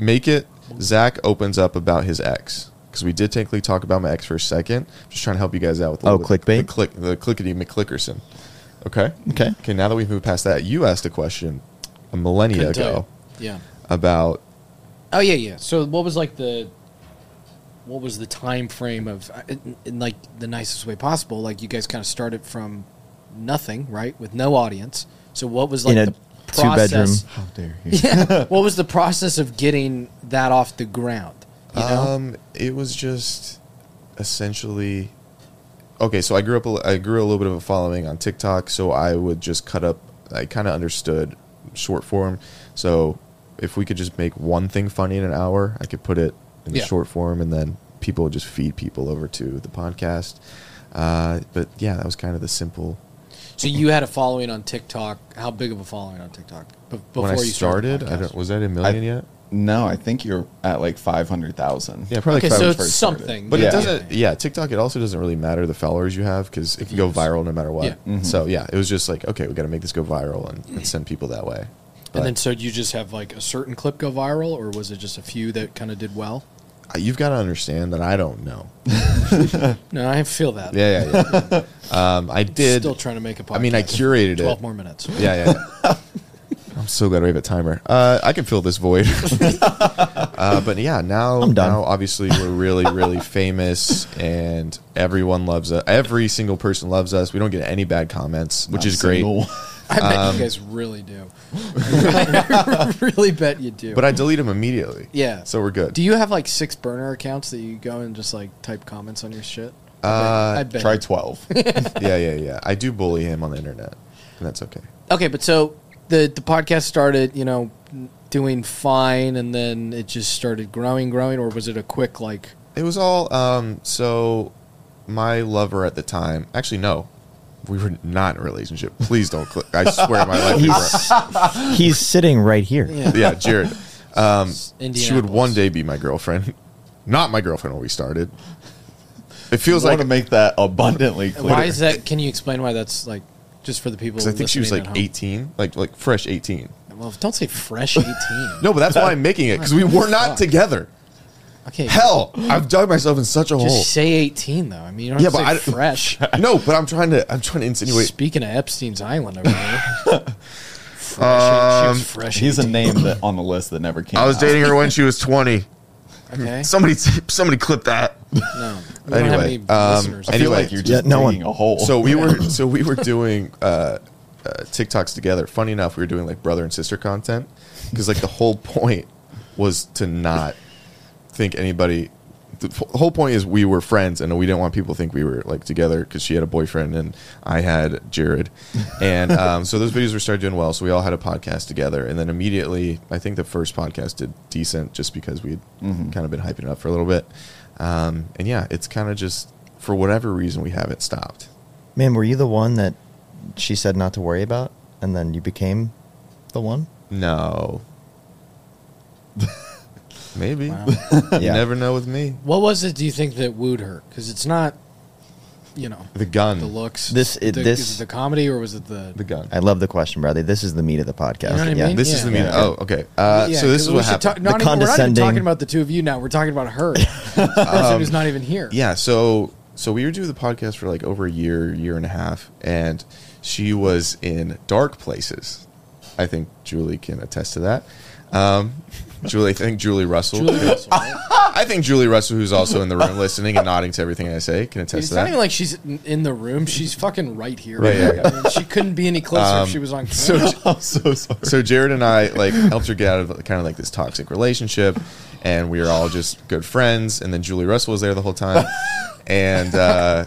Speaker 1: make it. Zach opens up about his ex because we did technically talk about my ex for a second. Just trying to help you guys out with a
Speaker 3: Oh,
Speaker 1: little bit-
Speaker 3: clickbait?
Speaker 1: the click the clickety McClickerson. Okay.
Speaker 3: Okay.
Speaker 1: Okay. Now that we've moved past that, you asked a question a millennia
Speaker 4: Couldn't tell
Speaker 1: ago
Speaker 4: you. yeah.
Speaker 1: about
Speaker 4: Oh yeah, yeah. So what was like the what was the time frame of uh, in, in like the nicest way possible? Like you guys kind of started from nothing, right, with no audience. So what was like
Speaker 3: In a
Speaker 4: the process?
Speaker 3: two-bedroom-
Speaker 2: How dare you?
Speaker 4: Yeah. what was the process of getting that off the ground? You know,
Speaker 1: Um, it was just essentially okay. So I grew up. a- I grew a little bit of a following on TikTok. So I would just cut up. I kind of understood short form. So if we could just make one thing funny in an hour, I could put it in the
Speaker 4: Yeah.
Speaker 1: short form, and then people would just feed people over to the podcast. Uh, but yeah, that was kind of the simple.
Speaker 4: so you had a following on TikTok. How big of a following on TikTok? Be- before
Speaker 1: when I
Speaker 4: you
Speaker 1: started,
Speaker 4: started, the
Speaker 1: I
Speaker 4: podcast?
Speaker 1: don't, was that a million yet?
Speaker 2: No, I think you're at like five hundred thousand.
Speaker 1: Yeah, probably.
Speaker 4: okay,
Speaker 1: five
Speaker 4: so
Speaker 1: or
Speaker 4: it's
Speaker 2: first started.
Speaker 4: something,
Speaker 1: But
Speaker 2: Yeah.
Speaker 1: it doesn't. Yeah. TikTok. It also doesn't really matter the followers you have because it can go viral no matter what.
Speaker 4: Yeah.
Speaker 1: So yeah, it was just like okay, we got to make this go viral and, and send people that way.
Speaker 4: And then, so you just have like a certain clip go viral, or was it just a few that kind of did well?
Speaker 1: Uh, You've got to understand that I don't know.
Speaker 4: No, I feel that.
Speaker 1: Yeah, yeah, yeah. um, I did.
Speaker 4: Still trying to make a podcast.
Speaker 1: I mean, I curated
Speaker 4: Twelve
Speaker 1: it.
Speaker 4: more minutes.
Speaker 1: Yeah, yeah. yeah. I'm so glad we have a timer. Uh, I can fill this void. uh, but yeah, now
Speaker 3: I'm done.
Speaker 1: now obviously we're really really famous and everyone loves us. Every single person loves us. We don't get any bad comments, which
Speaker 2: Not
Speaker 1: is great.
Speaker 2: single.
Speaker 4: I bet
Speaker 1: Um,
Speaker 4: you guys really do. I really bet you do.
Speaker 1: But I delete them immediately.
Speaker 4: yeah.
Speaker 1: So we're good.
Speaker 4: do you have like six burner accounts that you go and just like type comments on your shit? I
Speaker 1: Uh,
Speaker 4: bet- I bet.
Speaker 2: Try twelve.
Speaker 1: yeah, yeah, yeah. I do bully him on the internet, and that's okay.
Speaker 4: okay, but so the the podcast started, you know, doing fine, and then it just started growing, growing, or was it a quick like?
Speaker 1: It was all um, so. My lover at the time, actually, no, we were not in a relationship. Please don't click. I swear, my life. we were-
Speaker 3: he's he's sitting right here.
Speaker 4: Yeah.
Speaker 1: yeah, Jared. Um, she would
Speaker 4: Indianapolis.
Speaker 1: one day be my girlfriend, not my girlfriend when we started. It feels
Speaker 2: I want
Speaker 1: like
Speaker 2: to make that abundantly clear.
Speaker 4: Why is that? Can you explain why that's like? Just for the people.
Speaker 1: because I think she was
Speaker 4: listening
Speaker 1: like
Speaker 4: at home?
Speaker 1: 18, like like fresh 18.
Speaker 4: Well, don't say fresh eighteen.
Speaker 1: No, but that's why I'm making it because we were not together.
Speaker 4: Okay.
Speaker 1: Hell, I've dug myself in such a hole.
Speaker 4: Just say 18 though. I mean, you don't
Speaker 1: Oh. Yeah,
Speaker 4: have to
Speaker 1: but
Speaker 4: say
Speaker 1: I-
Speaker 4: fresh.
Speaker 1: no, but I'm trying to. I'm trying to insinuate.
Speaker 4: Speaking of Epstein's Island over there. fresh, she
Speaker 1: Um,
Speaker 4: was fresh.
Speaker 2: He's a
Speaker 4: 18.
Speaker 2: name that on the list that never came.
Speaker 1: I was
Speaker 2: out.
Speaker 1: dating her when she was 20.
Speaker 4: Okay.
Speaker 1: Somebody, somebody clip that.
Speaker 4: no. We don't have
Speaker 1: Anyway,
Speaker 4: any
Speaker 1: um,
Speaker 4: listeners.
Speaker 2: I feel
Speaker 1: Anyway,
Speaker 2: like you're
Speaker 3: yeah,
Speaker 2: just
Speaker 3: no
Speaker 2: digging
Speaker 3: one-
Speaker 2: a hole.
Speaker 1: So we were, so we were doing uh, uh, TikToks together. Funny enough, we were doing like brother and sister content because like the whole point was to not think anybody. The f- whole point is we were friends, and we didn't want people to think we were like together because she had a boyfriend and I had Jared, and um, so those videos were started doing well. So we all had a podcast together, and then immediately, I think the first podcast did decent just because we had kind of been hyping it up for a little bit, um, and yeah, it's kind of just for whatever reason we haven't stopped.
Speaker 3: Man, were you the one that she said not to worry about, and then you became the one?
Speaker 1: No, maybe
Speaker 4: Wow.
Speaker 1: you never know with me.
Speaker 4: What was it? Do you think that wooed her? Because it's not, you know,
Speaker 1: The gun,
Speaker 4: the looks.
Speaker 3: This- it-
Speaker 4: the,
Speaker 3: this-
Speaker 4: is it the comedy or was it the?
Speaker 1: the uh, gun.
Speaker 3: I love the question, Bradley. This is the meat of the podcast.
Speaker 4: You know what I
Speaker 3: yeah.
Speaker 4: mean?
Speaker 1: This is
Speaker 4: Yeah.
Speaker 1: the meaning.
Speaker 2: Yeah.
Speaker 1: Oh, okay. Uh,
Speaker 4: Yeah,
Speaker 1: so this
Speaker 4: 'cause
Speaker 1: is
Speaker 4: we
Speaker 1: what
Speaker 4: should
Speaker 1: happened.
Speaker 3: The
Speaker 4: Talk, not even, We're not even
Speaker 3: condescending-
Speaker 4: talking about the two of you now. We're talking about her, the person who's not even here.
Speaker 1: Um, Yeah, so so we were doing the podcast for like over a year, year and a half, and she was in dark places. I think Julie can attest to that. Um, Julie, I think Julie Russell.
Speaker 4: Julie Russell, right?
Speaker 1: I think Julie Russell, who's also in the room listening and nodding to everything I say, can attest
Speaker 4: It's
Speaker 1: to
Speaker 4: not
Speaker 1: that.
Speaker 4: even like she's in- in the room. She's fucking right here.
Speaker 1: Right, yeah, yeah.
Speaker 4: I mean, she couldn't be any closer
Speaker 1: Um,
Speaker 4: if she was on camera.
Speaker 1: so
Speaker 2: I'm so sorry.
Speaker 1: so Jared and I like helped her get out of kind of like this toxic relationship, and we were all just good friends. And then Julie Russell was there the whole time, and uh,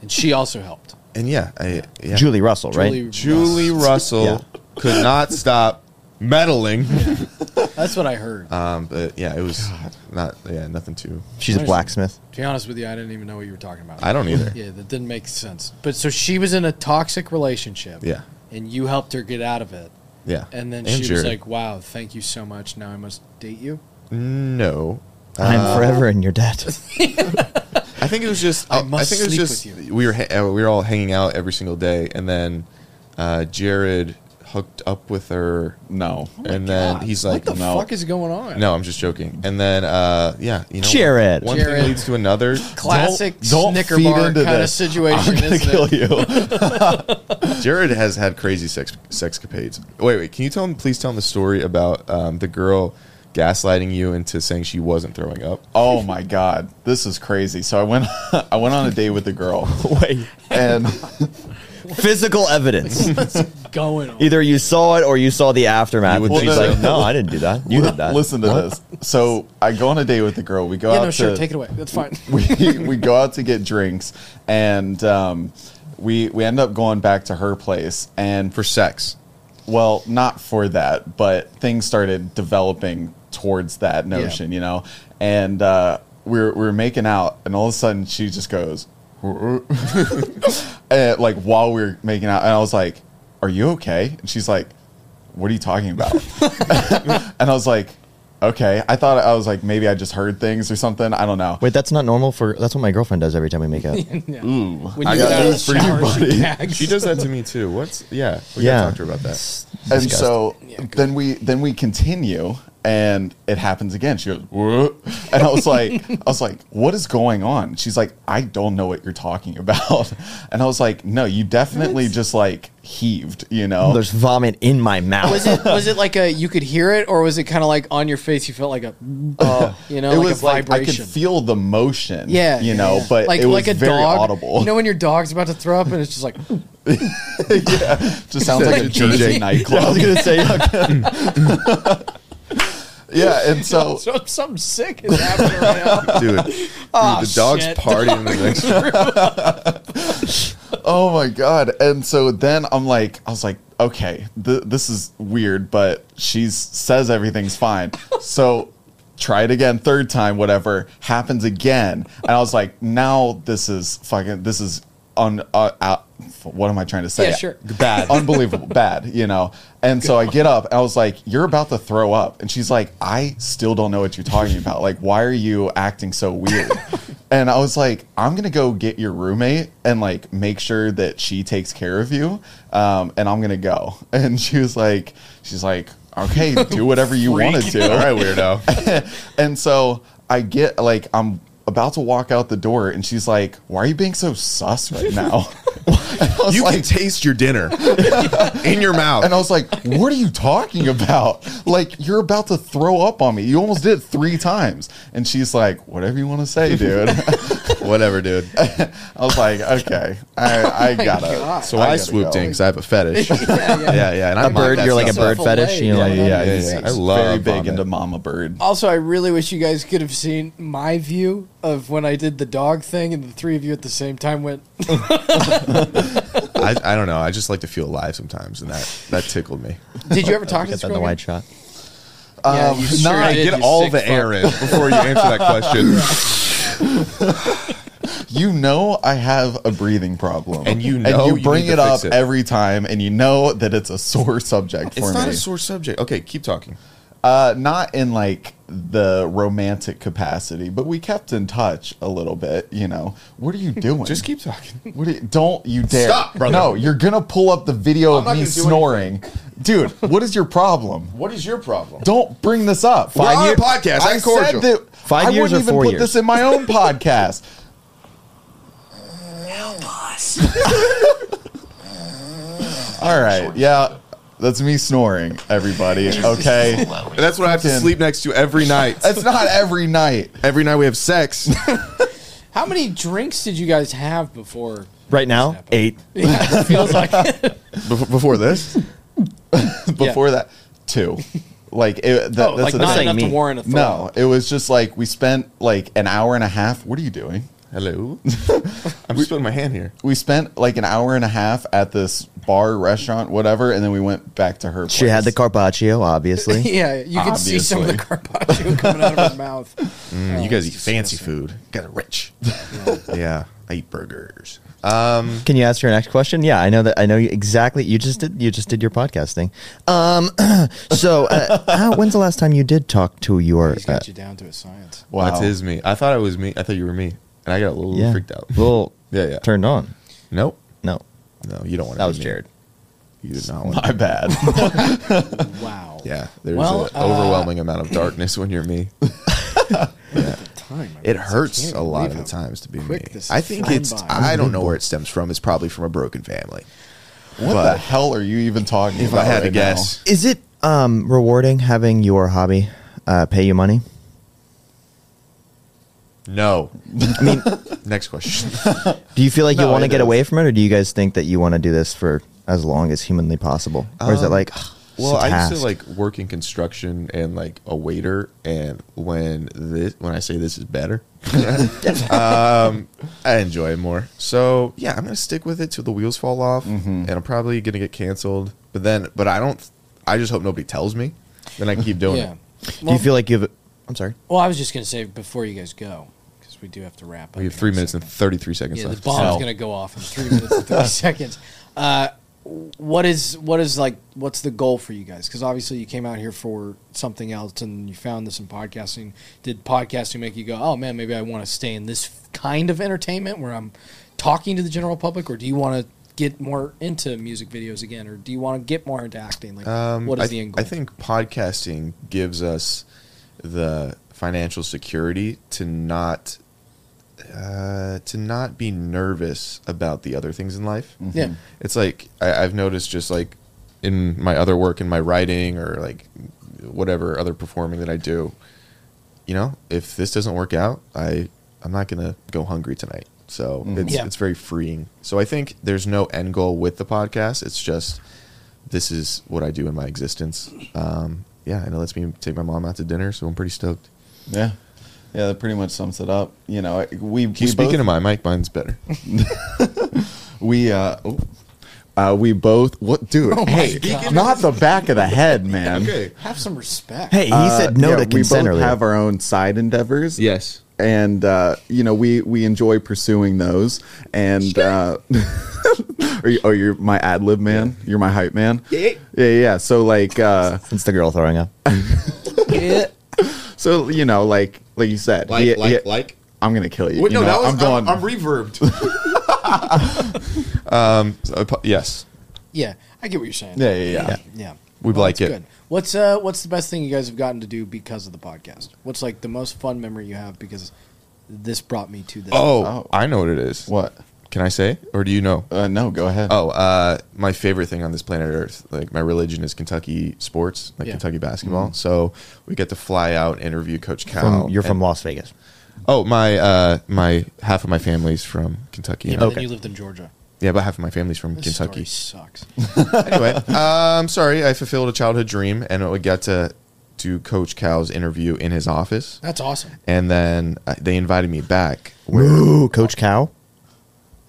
Speaker 4: and she also helped.
Speaker 1: and yeah, I, yeah.
Speaker 3: Julie Russell,
Speaker 4: Julie-
Speaker 3: right?
Speaker 1: Julie Russell could not stop meddling.
Speaker 4: That's what I heard.
Speaker 1: Um, but yeah, it was not yeah nothing too.
Speaker 3: She's a blacksmith.
Speaker 4: to be honest with you, I didn't even know what you were talking about.
Speaker 1: I don't either.
Speaker 4: Yeah, that didn't make sense. But so she was in a toxic relationship.
Speaker 1: Yeah.
Speaker 4: And you helped her get out of it.
Speaker 1: Yeah,
Speaker 4: And then she was
Speaker 1: Jared.
Speaker 4: like, wow, thank you so much. Now I must date you.
Speaker 1: "No,
Speaker 3: I'm forever in your debt.
Speaker 1: I think it was just.
Speaker 4: I
Speaker 1: I,
Speaker 4: must
Speaker 1: think it was
Speaker 4: sleep
Speaker 1: just.
Speaker 4: with
Speaker 1: We were ha- uh, we were all hanging out every single day, and then uh, Jared hooked up with her,
Speaker 2: no.
Speaker 1: and then
Speaker 4: God,
Speaker 1: he's
Speaker 4: what
Speaker 1: like,
Speaker 4: the
Speaker 2: no.
Speaker 4: fuck is going on?
Speaker 1: No, I'm just joking. And then, uh, yeah, you know,
Speaker 3: Jared.
Speaker 1: One
Speaker 4: Jared.
Speaker 1: thing leads to another.
Speaker 4: Classic
Speaker 2: Don't- don't
Speaker 4: Snicker
Speaker 2: feed
Speaker 4: bar kind
Speaker 2: into
Speaker 4: of
Speaker 2: this. I'm
Speaker 4: situation.
Speaker 2: gonna
Speaker 4: isn't it?
Speaker 2: kill you.
Speaker 1: Jared has had crazy sex sexcapades. Wait, wait. Can you tell him? Please tell him the story about um, the girl gaslighting you into saying she wasn't throwing up.
Speaker 2: Oh my god, this is crazy. So I went, I went on a date with a girl,
Speaker 3: Wait.
Speaker 2: and
Speaker 3: Physical evidence.
Speaker 4: Going on.
Speaker 3: Either you saw it or you saw the aftermath.
Speaker 1: You would
Speaker 3: and she's
Speaker 2: think so.
Speaker 3: like, no, I didn't do that. You did that.
Speaker 2: listen to this. So I go on a date with the girl. We go
Speaker 4: yeah,
Speaker 2: out
Speaker 4: no, sure.
Speaker 2: to
Speaker 4: Take it away. That's fine.
Speaker 2: we we go out to get drinks, and um, we we end up going back to her place, and
Speaker 1: For sex.
Speaker 2: well, not for that, but things started developing towards that notion, you know. And uh, we were we were making out, and all of a sudden she just goes, and, like while we were making out, and I was like, "Are you okay?" And she's like, "What are you talking about?" and I was like, "Okay." I thought I was like maybe I just heard things or something. I don't know.
Speaker 3: Wait, that's not normal for. That's what my girlfriend does every time we make out.
Speaker 4: Yeah. When
Speaker 2: I
Speaker 4: you get
Speaker 2: got
Speaker 4: out of the
Speaker 2: news for you,
Speaker 4: shower,
Speaker 2: buddy.
Speaker 4: she gags.
Speaker 1: She does that to me too. What's yeah? We
Speaker 3: yeah.
Speaker 1: gotta talk to her about that.
Speaker 3: It's
Speaker 2: and
Speaker 3: disgusting.
Speaker 2: so then we then we continue and it happens again she goes "Whoa." and i was like i was like what is going on she's like i don't know what you're talking about and i was like no you definitely just like heaved you know
Speaker 3: there's vomit in my mouth.
Speaker 4: Was it was it like a you could hear it or was it kind of like on your face? You felt like a uh, you know
Speaker 2: it
Speaker 4: like
Speaker 2: was
Speaker 4: a
Speaker 2: like i
Speaker 4: vibration.
Speaker 2: could feel the motion
Speaker 4: yeah,
Speaker 2: you
Speaker 4: yeah,
Speaker 2: know
Speaker 4: yeah.
Speaker 2: but it was very
Speaker 4: dog,
Speaker 2: audible
Speaker 4: You know when your dog's about to throw up and it's just like
Speaker 2: just sounds like a
Speaker 1: Like DJ.
Speaker 2: dj
Speaker 3: I
Speaker 2: nightclub
Speaker 3: was gonna say
Speaker 2: yeah and so
Speaker 4: so, something sick is happening right now.
Speaker 1: Dude, dude
Speaker 4: Oh,
Speaker 1: the dog's
Speaker 4: shit.
Speaker 1: partying in the next room.
Speaker 2: Oh my god! And so then I'm like, I was like, okay, th- this is weird, but she says everything's fine. So try it again, third time, whatever happens again, and I was like, now this is fucking, this is un. Uh, uh, what am I trying to say?
Speaker 4: Yeah, sure.
Speaker 2: Bad, unbelievable, bad. You know. And so I get up, and I was like, you're about to throw up, and she's like, I still don't know what you're talking about. Like, why are you acting so weird? And I was like, I'm gonna go get your roommate and like make sure that she takes care of you. Um, and I'm gonna go. And she was like, she's like, okay, do whatever you want to do.
Speaker 1: All right, weirdo.
Speaker 2: and so I get like I'm about to walk out the door, and she's like, "Why are you being so sus right now?" And I was
Speaker 1: You can
Speaker 2: like,
Speaker 1: taste your dinner in your mouth.
Speaker 2: and I was like, "What are you talking about? Like you're about to throw up on me. You almost did it three times." And she's like, "Whatever you want to say, dude."
Speaker 1: Whatever, dude.
Speaker 2: I was like, "Okay,
Speaker 1: Oh
Speaker 2: I, I gotta."
Speaker 4: God.
Speaker 1: So I,
Speaker 2: gotta
Speaker 1: swooped
Speaker 2: go.
Speaker 1: in because I have a fetish. yeah,
Speaker 4: yeah, yeah.
Speaker 1: yeah. And I
Speaker 3: A
Speaker 1: mind
Speaker 3: bird,
Speaker 1: that
Speaker 3: you're like a
Speaker 1: stuff.
Speaker 3: bird
Speaker 4: Buffalo
Speaker 3: fetish. You know,
Speaker 4: leg.
Speaker 3: like,
Speaker 2: Yeah, yeah, yeah,
Speaker 1: yeah. I
Speaker 2: I
Speaker 1: love
Speaker 2: love very big
Speaker 1: vomit.
Speaker 2: into Mama Bird.
Speaker 4: Also, I really wish you guys could have seen my view of when I did the dog thing, and the three of you at the same time went.
Speaker 1: I, I don't know. I just like to feel alive sometimes, and that that tickled me.
Speaker 4: Did you ever talk to
Speaker 3: get
Speaker 4: this
Speaker 3: that in the
Speaker 4: girl?
Speaker 3: wide shot.
Speaker 4: Yeah,
Speaker 2: Um,
Speaker 4: you
Speaker 2: no,
Speaker 4: sure
Speaker 2: I
Speaker 4: did,
Speaker 1: Get
Speaker 4: you
Speaker 1: all
Speaker 4: sick
Speaker 1: the
Speaker 4: fuck.
Speaker 1: air in before you answer that question.
Speaker 2: You know I have a breathing problem,
Speaker 1: And you know you
Speaker 2: you bring
Speaker 1: need to
Speaker 2: it up
Speaker 1: fix it.
Speaker 2: every time, and you know that it's a sore subject for
Speaker 1: It's
Speaker 2: me.
Speaker 1: not a sore subject. Okay, keep talking.
Speaker 2: uh, not in like the romantic capacity, but we kept in touch a little bit. You know, what are you doing?
Speaker 1: Just keep talking.
Speaker 2: What do you, don't you dare!
Speaker 1: Stop, brother.
Speaker 2: No, you're gonna pull up the video
Speaker 1: not
Speaker 2: of me
Speaker 1: gonna do
Speaker 2: snoring, dude. What is your problem?
Speaker 1: What is your problem?
Speaker 2: Don't bring this up.
Speaker 1: We're on
Speaker 2: year-
Speaker 1: a podcast.
Speaker 2: I
Speaker 1: Act cordial.
Speaker 2: said that
Speaker 3: Five
Speaker 2: I
Speaker 3: years
Speaker 2: wouldn't
Speaker 3: or
Speaker 2: even
Speaker 3: four
Speaker 2: put
Speaker 3: years?
Speaker 2: this in my own podcast. All right. Yeah. That's me snoring, everybody. Okay.
Speaker 1: And that's what I have to
Speaker 2: Fucking-
Speaker 1: sleep next to every night.
Speaker 2: It's not every night.
Speaker 1: every night we have sex.
Speaker 4: How many drinks did you guys have before?
Speaker 3: Right now,
Speaker 4: happened.
Speaker 3: eight.
Speaker 4: Yeah, it feels like
Speaker 1: Bef- before this,
Speaker 2: Before that, two. Like, it, that,
Speaker 4: Oh,
Speaker 2: that's
Speaker 4: like
Speaker 2: the
Speaker 4: not
Speaker 2: thing.
Speaker 4: enough
Speaker 3: me.
Speaker 4: to warrant a throw.
Speaker 2: No, it was just like we spent like an hour and a half. What are you doing?
Speaker 1: hello. I'm just putting my hand here.
Speaker 2: We spent like an hour and a half at this bar, restaurant, whatever, and then we went back to her.
Speaker 3: She had the
Speaker 2: place.
Speaker 3: carpaccio, obviously.
Speaker 4: Yeah, you can see some of the carpaccio coming out of her mouth. Oh,
Speaker 1: Mm, you guys eat
Speaker 4: it's
Speaker 1: fancy
Speaker 4: disgusting.
Speaker 1: food. Got it rich. yeah, I eat burgers. Um,
Speaker 3: Can you ask your next question? Yeah, I know that. I know you exactly. You just did. You just did your podcast thing. Um, so uh, how, when's the last time you did talk to your?
Speaker 4: He's
Speaker 3: uh,
Speaker 4: got you down to a science.
Speaker 2: Wow.
Speaker 1: That is me. I thought it was me. I thought you were me, and I got a little
Speaker 3: yeah,
Speaker 1: freaked out.
Speaker 3: Well,
Speaker 1: Yeah, yeah.
Speaker 3: Turned on.
Speaker 1: Nope.
Speaker 3: No,
Speaker 1: No, you don't want to.
Speaker 3: that was Jared.
Speaker 1: You did not want.
Speaker 2: My bad.
Speaker 4: Wow.
Speaker 1: Yeah, there's
Speaker 4: Well,
Speaker 1: an
Speaker 4: uh,
Speaker 1: overwhelming amount of darkness when you're me.
Speaker 4: Time. I
Speaker 1: It
Speaker 4: realize I
Speaker 1: hurts
Speaker 4: can't
Speaker 1: a lot
Speaker 4: believe
Speaker 1: of the
Speaker 4: how
Speaker 1: times to be me.
Speaker 4: quick this
Speaker 1: I
Speaker 4: is
Speaker 1: think
Speaker 4: flying
Speaker 1: it's.
Speaker 4: by.
Speaker 1: I don't know where it stems from. It's probably from a broken family.
Speaker 2: what
Speaker 1: But-
Speaker 2: the hell are you even talking
Speaker 1: If
Speaker 2: about?
Speaker 1: I had to
Speaker 2: right now?
Speaker 1: guess,
Speaker 3: Is it um, rewarding having your hobby uh, pay you money?
Speaker 1: no. next question.
Speaker 3: Do you feel like you
Speaker 2: No,
Speaker 3: want to
Speaker 2: it
Speaker 3: get
Speaker 2: is.
Speaker 3: away from it, or do you guys think that you want to do this for as long as humanly possible, or is it
Speaker 1: Um,
Speaker 3: like?
Speaker 1: Well,
Speaker 3: it's a
Speaker 1: I used to
Speaker 3: task?
Speaker 1: like work in construction and like a waiter, and when this when I say this is better, um, I enjoy it more. So yeah, I'm gonna stick with it till the wheels fall off, and I'm probably gonna get canceled. But then, but I don't. I just hope nobody tells me. Then I can keep doing
Speaker 4: Yeah.
Speaker 1: it.
Speaker 3: do
Speaker 4: Well,
Speaker 3: you feel like you've? I'm sorry.
Speaker 4: well, I was just going to say before you guys go, because we do have to wrap up.
Speaker 1: We have
Speaker 4: in
Speaker 1: three
Speaker 4: a
Speaker 1: minutes
Speaker 4: second.
Speaker 1: and 33 seconds
Speaker 4: yeah, the
Speaker 1: left.
Speaker 4: bomb's
Speaker 2: No.
Speaker 4: going to go off in three minutes and thirty seconds. Uh, what is what is like? What's the goal for you guys? Because obviously you came out here for something else, and you found this in podcasting. Did podcasting make you go, "Oh man, maybe I want to stay in this kind of entertainment where I'm talking to the general public," or do you want to get more into music videos again, or do you want to get more into acting? Like,
Speaker 1: Um,
Speaker 4: what is
Speaker 1: I,
Speaker 4: the end goal?
Speaker 1: I think podcasting gives us the financial security to not uh, to not be nervous about the other things in life.
Speaker 4: yeah.
Speaker 1: It's like I, I've noticed just like in my other work, in my writing, or like whatever other performing that I do. You know, if this doesn't work out, I I'm not gonna go hungry tonight. So
Speaker 2: Mm-hmm.
Speaker 1: it's
Speaker 4: Yeah.
Speaker 1: it's very freeing. So I think there's no end goal with the podcast. It's just this is what I do in my existence. Um, yeah, and it lets me take my mom out to dinner, so I'm pretty stoked.
Speaker 2: Yeah. Yeah, that pretty much sums it up. You know, I- we we
Speaker 1: Keep speaking
Speaker 2: both,
Speaker 1: to my mic, mine's better.
Speaker 2: we uh, oh, uh we both what dude,
Speaker 1: Oh
Speaker 2: hey,
Speaker 4: God.
Speaker 2: not the back of the head, man.
Speaker 4: Have some respect.
Speaker 3: Hey, he
Speaker 2: Uh,
Speaker 3: said no
Speaker 2: yeah,
Speaker 3: to
Speaker 2: we
Speaker 3: consent
Speaker 2: both
Speaker 3: earlier.
Speaker 2: have our own side endeavors.
Speaker 1: Yes.
Speaker 2: and uh, you know we we enjoy pursuing those. And uh, are you, oh, you're my ad lib man. You're my hype man. Yeah, yeah, yeah. So like, uh,
Speaker 3: It's the girl throwing up.
Speaker 4: Yeah.
Speaker 2: so you know, like like you said, he- he-
Speaker 1: like.
Speaker 2: I'm gonna kill you. you know, I'm going.
Speaker 1: reverbed. um, so, uh, po- yes. Uh,
Speaker 4: yeah, I get what you're saying.
Speaker 2: yeah, yeah, yeah.
Speaker 4: yeah.
Speaker 1: We
Speaker 4: Well,
Speaker 1: like
Speaker 4: that's
Speaker 1: it.
Speaker 4: Good. What's uh what's the best thing you guys have gotten to do because of the podcast? What's like the most fun memory you have because this brought me to this?
Speaker 1: Oh,
Speaker 2: Oh.
Speaker 1: I know what it is.
Speaker 2: What?
Speaker 1: Can I say? Or do you know?
Speaker 2: Uh, no, go ahead.
Speaker 1: Oh, uh, my favorite thing on this planet Earth, like my religion is Kentucky sports, like
Speaker 4: Yeah. Mm-hmm.
Speaker 1: Kentucky basketball. So we get to fly out, interview Coach Cal.
Speaker 3: From, you're from
Speaker 1: and-
Speaker 3: Las Vegas.
Speaker 1: Oh, my uh, my half of my family's from Kentucky.
Speaker 4: yeah,
Speaker 1: Yeah,
Speaker 4: but
Speaker 3: okay.
Speaker 4: then you lived in Georgia.
Speaker 1: yeah but half of my family's from
Speaker 4: This
Speaker 1: Kentucky.
Speaker 4: story sucks.
Speaker 1: anyway, I'm sorry, I fulfilled a childhood dream, and we got to do Coach Cal's interview in his office,
Speaker 4: That's awesome.
Speaker 1: and then uh, they invited me back.
Speaker 3: Ooh, Coach Cow.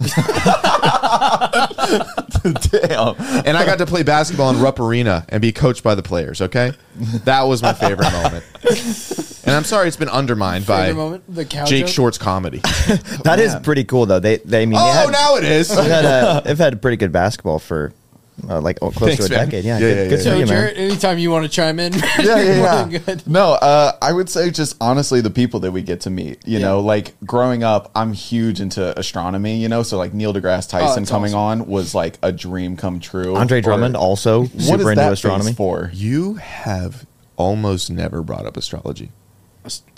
Speaker 2: Damn.
Speaker 1: and I got to play basketball in Rupp Arena and be coached by the players. Okay, that was my favorite moment. And I'm sorry it's been undermined
Speaker 4: For the
Speaker 1: by
Speaker 4: moment, the cow
Speaker 1: Jake
Speaker 4: joke?
Speaker 1: Short's comedy.
Speaker 3: That is
Speaker 2: Oh, man.
Speaker 3: pretty cool, though. They, they I mean,
Speaker 1: oh,
Speaker 3: they had,
Speaker 1: now it is.
Speaker 3: they've, had a, they've had pretty good basketball for uh, like oh, close
Speaker 1: Thanks,
Speaker 3: to a
Speaker 1: man.
Speaker 3: decade. Yeah,
Speaker 1: Yeah,
Speaker 3: good,
Speaker 1: yeah,
Speaker 3: good
Speaker 1: yeah.
Speaker 3: for
Speaker 4: So
Speaker 3: you, man.
Speaker 4: Jared, anytime you want to chime in,
Speaker 2: yeah,
Speaker 4: you're
Speaker 2: yeah,
Speaker 4: more
Speaker 2: yeah.
Speaker 4: than good.
Speaker 2: No, uh, I would say just honestly the people that we get to meet. You
Speaker 4: Yeah.
Speaker 2: know, like growing up, I'm huge into astronomy. You know, so like Neil deGrasse Tyson
Speaker 4: Oh, that's
Speaker 2: coming on was like a dream come true.
Speaker 3: Andre
Speaker 2: Or-
Speaker 3: Drummond also
Speaker 2: what is
Speaker 3: super
Speaker 2: that
Speaker 3: into
Speaker 2: phase
Speaker 3: astronomy.
Speaker 2: for?
Speaker 1: You have almost never brought up astrology.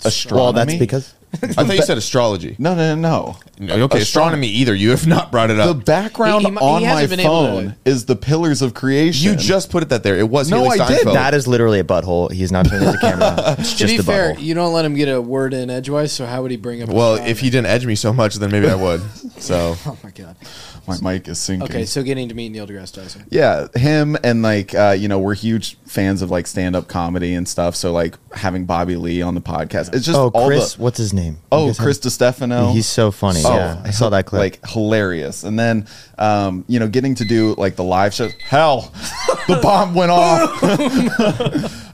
Speaker 2: Astronomy.
Speaker 3: Well, that's because
Speaker 1: I thought you said astrology.
Speaker 2: No, no, no, no.
Speaker 1: No, okay, astronomy either. You have not brought it
Speaker 2: The
Speaker 1: up.
Speaker 2: background
Speaker 4: Uh, He- he mu- he
Speaker 2: on my
Speaker 4: hasn't been able to-
Speaker 2: phone is the pillars of creation.
Speaker 1: you just put it that there. It was
Speaker 2: No,
Speaker 1: Haley
Speaker 2: I did.
Speaker 1: Steinfeld.
Speaker 3: that is literally a butthole. He's not turning the camera. It's
Speaker 4: to
Speaker 3: just
Speaker 4: be
Speaker 3: a
Speaker 4: fair,
Speaker 3: butthole.
Speaker 4: you don't let him get a word in edgewise. So how would he bring up?
Speaker 1: Well,
Speaker 4: astronomy?
Speaker 1: if he didn't edge me so much, then maybe I would. So
Speaker 4: oh my god.
Speaker 2: my mic is sinking.
Speaker 4: Okay, so getting to meet Neil deGrasse Tyson.
Speaker 2: Yeah, him and like uh, you know we're huge fans of like stand up comedy and stuff. So like having Bobby Lee on the podcast, it's just
Speaker 3: Oh,
Speaker 2: all
Speaker 3: Chris,
Speaker 2: the
Speaker 3: what's his name? You
Speaker 2: oh
Speaker 3: guys have-
Speaker 2: Chris DiStefano.
Speaker 3: He's so funny. yeah, I saw that clip.
Speaker 2: Like hilarious, and then um, you know getting to do like the live shows. Hell, the bomb went off.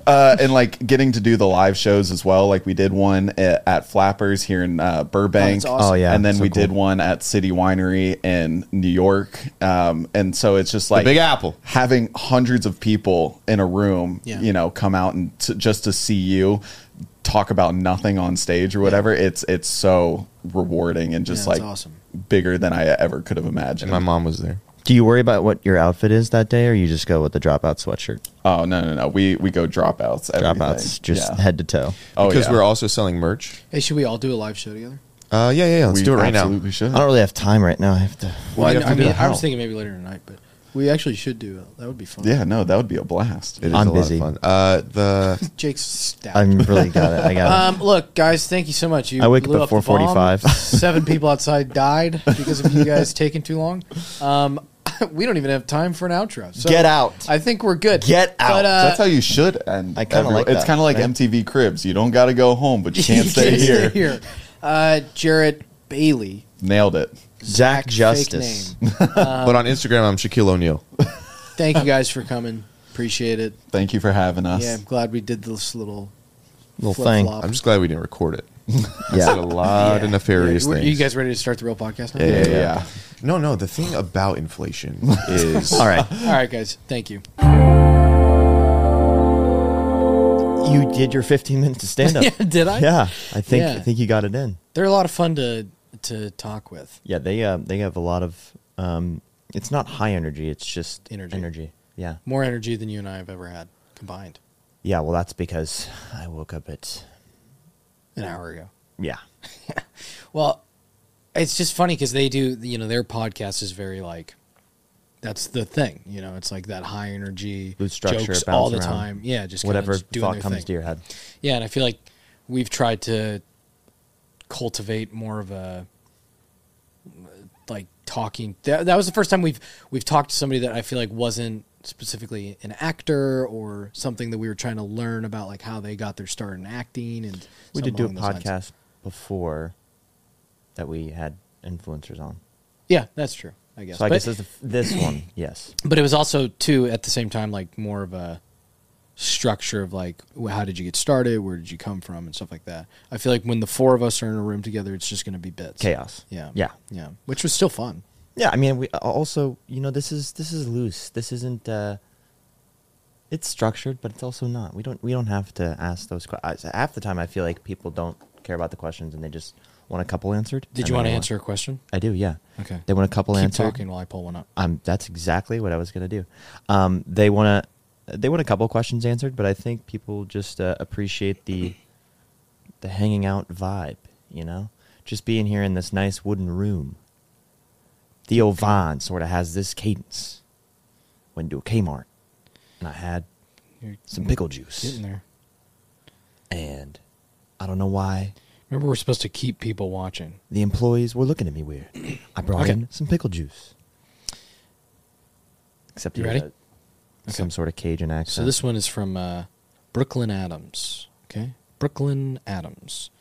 Speaker 2: Uh, and like getting to do the live shows as well. Like we did one at, at Flappers here in uh, Burbank.
Speaker 4: Oh, that's awesome.
Speaker 3: Oh, yeah,
Speaker 2: and then
Speaker 3: so
Speaker 2: we
Speaker 3: cool.
Speaker 2: did one at City Winery in New York. Um, and so it's just like
Speaker 1: Big Apple.
Speaker 2: having hundreds of people in a room,
Speaker 4: Yeah.
Speaker 2: you know, come out and t- just to see you talk about nothing on stage or whatever. It's it's so rewarding and just
Speaker 4: Yeah, it's
Speaker 2: like
Speaker 4: awesome.
Speaker 2: bigger than I ever could have
Speaker 1: and
Speaker 2: imagined.
Speaker 1: my mom was there.
Speaker 3: Do you worry about what your outfit is that day, or you just go with the dropout sweatshirt?
Speaker 2: oh no no no, we we go dropouts. Everything.
Speaker 3: Dropouts, just
Speaker 2: Yeah.
Speaker 3: head to toe.
Speaker 2: Oh,
Speaker 1: Because
Speaker 2: yeah.
Speaker 1: we're also selling merch.
Speaker 4: Hey, should we all do a live show together?
Speaker 1: Uh, yeah, yeah, yeah. Let's
Speaker 2: We
Speaker 1: do it right now. Uh,
Speaker 2: absolutely should.
Speaker 3: I don't really have time right now. I have to.
Speaker 1: Well,
Speaker 4: I
Speaker 1: I'd have
Speaker 4: mean,
Speaker 1: to
Speaker 4: I,
Speaker 1: do
Speaker 4: mean,
Speaker 1: it
Speaker 4: I was
Speaker 1: how?
Speaker 4: thinking maybe later tonight, but we actually should do it. That would be fun.
Speaker 2: Yeah, no, that would be a blast.
Speaker 1: It is
Speaker 3: I'm
Speaker 1: a lot
Speaker 3: busy.
Speaker 1: of fun. Uh, the
Speaker 4: Jake's stout.
Speaker 3: I'm really got it. I got
Speaker 4: Um, look, guys, thank you so much. You
Speaker 3: I wake up
Speaker 4: blew
Speaker 3: at
Speaker 4: the bomb.
Speaker 3: 4:45.
Speaker 4: Seven people outside died because of you guys taking too long. Um, we don't even have time for an outro. So
Speaker 3: Get out.
Speaker 4: I think we're good.
Speaker 3: Get out.
Speaker 4: But, uh,
Speaker 2: That's how you should end.
Speaker 3: I kinda
Speaker 2: every-
Speaker 3: like
Speaker 2: It's
Speaker 3: that,
Speaker 2: kind of like
Speaker 3: right?
Speaker 2: MTV Cribs. You don't got to go home, but you
Speaker 4: you
Speaker 2: can't stay here.
Speaker 4: Uh, Jarrett Bailey.
Speaker 2: Nailed it.
Speaker 3: it. Zach
Speaker 4: fake
Speaker 3: Justice.
Speaker 4: name.
Speaker 1: but on Instagram, I'm Shaquille O'Neal.
Speaker 4: Thank you guys for coming. Appreciate it.
Speaker 2: Thank you for having us.
Speaker 4: Yeah, I'm glad we did this little
Speaker 3: Little thing.
Speaker 4: flip-flop.
Speaker 1: I'm just glad we didn't record it. I said a
Speaker 3: Yeah.
Speaker 1: lot of nefarious
Speaker 4: Yeah, were-
Speaker 1: things.
Speaker 4: You guys ready to start the real podcast? Now?
Speaker 1: yeah, yeah, yeah,
Speaker 2: Yeah.
Speaker 1: No, no. The thing about inflation is
Speaker 3: All right.
Speaker 4: All right, guys. Thank you.
Speaker 3: You did your 15 minutes of stand up.
Speaker 4: Yeah, did I?
Speaker 3: Yeah, I think
Speaker 4: Yeah.
Speaker 3: I think you got it in.
Speaker 4: They're a lot of fun to to talk with.
Speaker 3: Yeah, they uh, they have a lot of. Um, it's not high energy. It's just
Speaker 4: Energy.
Speaker 3: Energy. Yeah.
Speaker 4: More energy than you and I have ever had combined
Speaker 3: Yeah. Well, that's because I woke up at.
Speaker 4: an hour ago.
Speaker 3: Yeah.
Speaker 4: Well, it's just funny because they do, you know, their podcast is very like, that's the thing, you know, it's like that high energy
Speaker 3: Loose structure,
Speaker 4: jokes
Speaker 3: bounce
Speaker 4: all the
Speaker 3: around.
Speaker 4: time. Yeah, just kinda
Speaker 3: Whatever
Speaker 4: just doing
Speaker 3: thought
Speaker 4: their
Speaker 3: comes
Speaker 4: thing.
Speaker 3: to your head.
Speaker 4: Yeah, and I feel like we've tried to cultivate more of a like talking. That, that was the first time we've we've talked to somebody that I feel like wasn't specifically an actor or something that we were trying to learn about, like how they got their start in acting. And
Speaker 3: We
Speaker 4: something
Speaker 3: did do a
Speaker 4: along those lines.
Speaker 3: podcast before that we had influencers on.
Speaker 4: Yeah, that's true. I guess.
Speaker 3: So I
Speaker 4: But-
Speaker 3: guess this, this one, yes.
Speaker 4: but it was also too at the same time like more of a structure of like wh- how did you get started where did you come from and stuff like that i feel like when the four of us are in a room together it's just going to be bits
Speaker 3: Chaos.
Speaker 4: yeah
Speaker 3: Yeah.
Speaker 4: yeah which was still fun
Speaker 3: Yeah, I mean, we uh, also, you know, this is this is loose. This isn't. Uh, it's structured, but it's also not. We don't we don't have to ask those questions. Half the time, I feel like people don't care about the questions and they just want a couple answered. and
Speaker 4: did you
Speaker 3: then
Speaker 4: want to
Speaker 3: they
Speaker 4: answer a question
Speaker 3: I do. Yeah.
Speaker 4: Okay.
Speaker 3: They want a couple
Speaker 4: keep
Speaker 3: answered.
Speaker 4: talking while i pull one up
Speaker 3: Um, that's exactly what I was gonna do. Um, they want to. they want a couple questions answered, but I think people just uh, appreciate the the hanging out vibe. You know, just being here in this nice wooden room. Theo Vaughn sort of has this cadence. Went to a Kmart, and I had
Speaker 4: You're
Speaker 3: some pickle juice,
Speaker 4: getting there.
Speaker 3: and I don't know why
Speaker 4: Remember, we're supposed to keep people watching.
Speaker 3: the employees were looking at me weird. I brought
Speaker 4: Okay.
Speaker 3: in some pickle juice. Except
Speaker 4: You
Speaker 3: he had
Speaker 4: ready?
Speaker 3: a- Some sort of Cajun accent.
Speaker 4: So this one is from uh, Brooklyn Adams. Okay, Brooklyn Adams.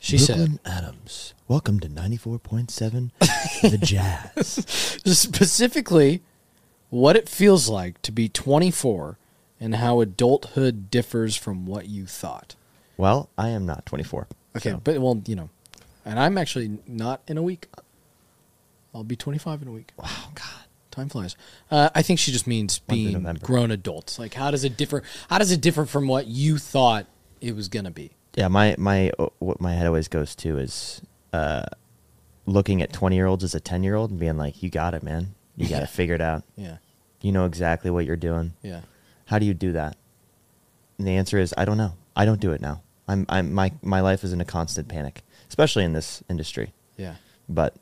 Speaker 4: She
Speaker 3: Brooklyn Adams. Welcome to 94.7 The Jazz.
Speaker 4: said specifically what it feels like to be 24 and how adulthood differs from what you thought.
Speaker 3: Well, I am not 24.
Speaker 4: Okay,
Speaker 3: so-
Speaker 4: but well, you know, and I'm actually not in a week. I'll be 25 in a week.
Speaker 3: Wow, God.
Speaker 4: Time flies. Uh, I think she just means
Speaker 3: Month of
Speaker 4: being
Speaker 3: November.
Speaker 4: grown adults. Like, how does it differ? How does it differ from what you thought it was gonna be?
Speaker 3: Yeah, my, my, uh, what my head always goes to is uh, looking at 20 year olds as a 10 year old and being like, you got it, man. You got
Speaker 4: Yeah.
Speaker 3: it figured out.
Speaker 4: Yeah,
Speaker 3: You know exactly what you're doing.
Speaker 4: yeah.
Speaker 3: How do you do that? And the answer is, I don't know. I don't do it now. I'm, I'm, my, my life is in a constant panic, especially in this industry.
Speaker 4: Yeah.
Speaker 3: But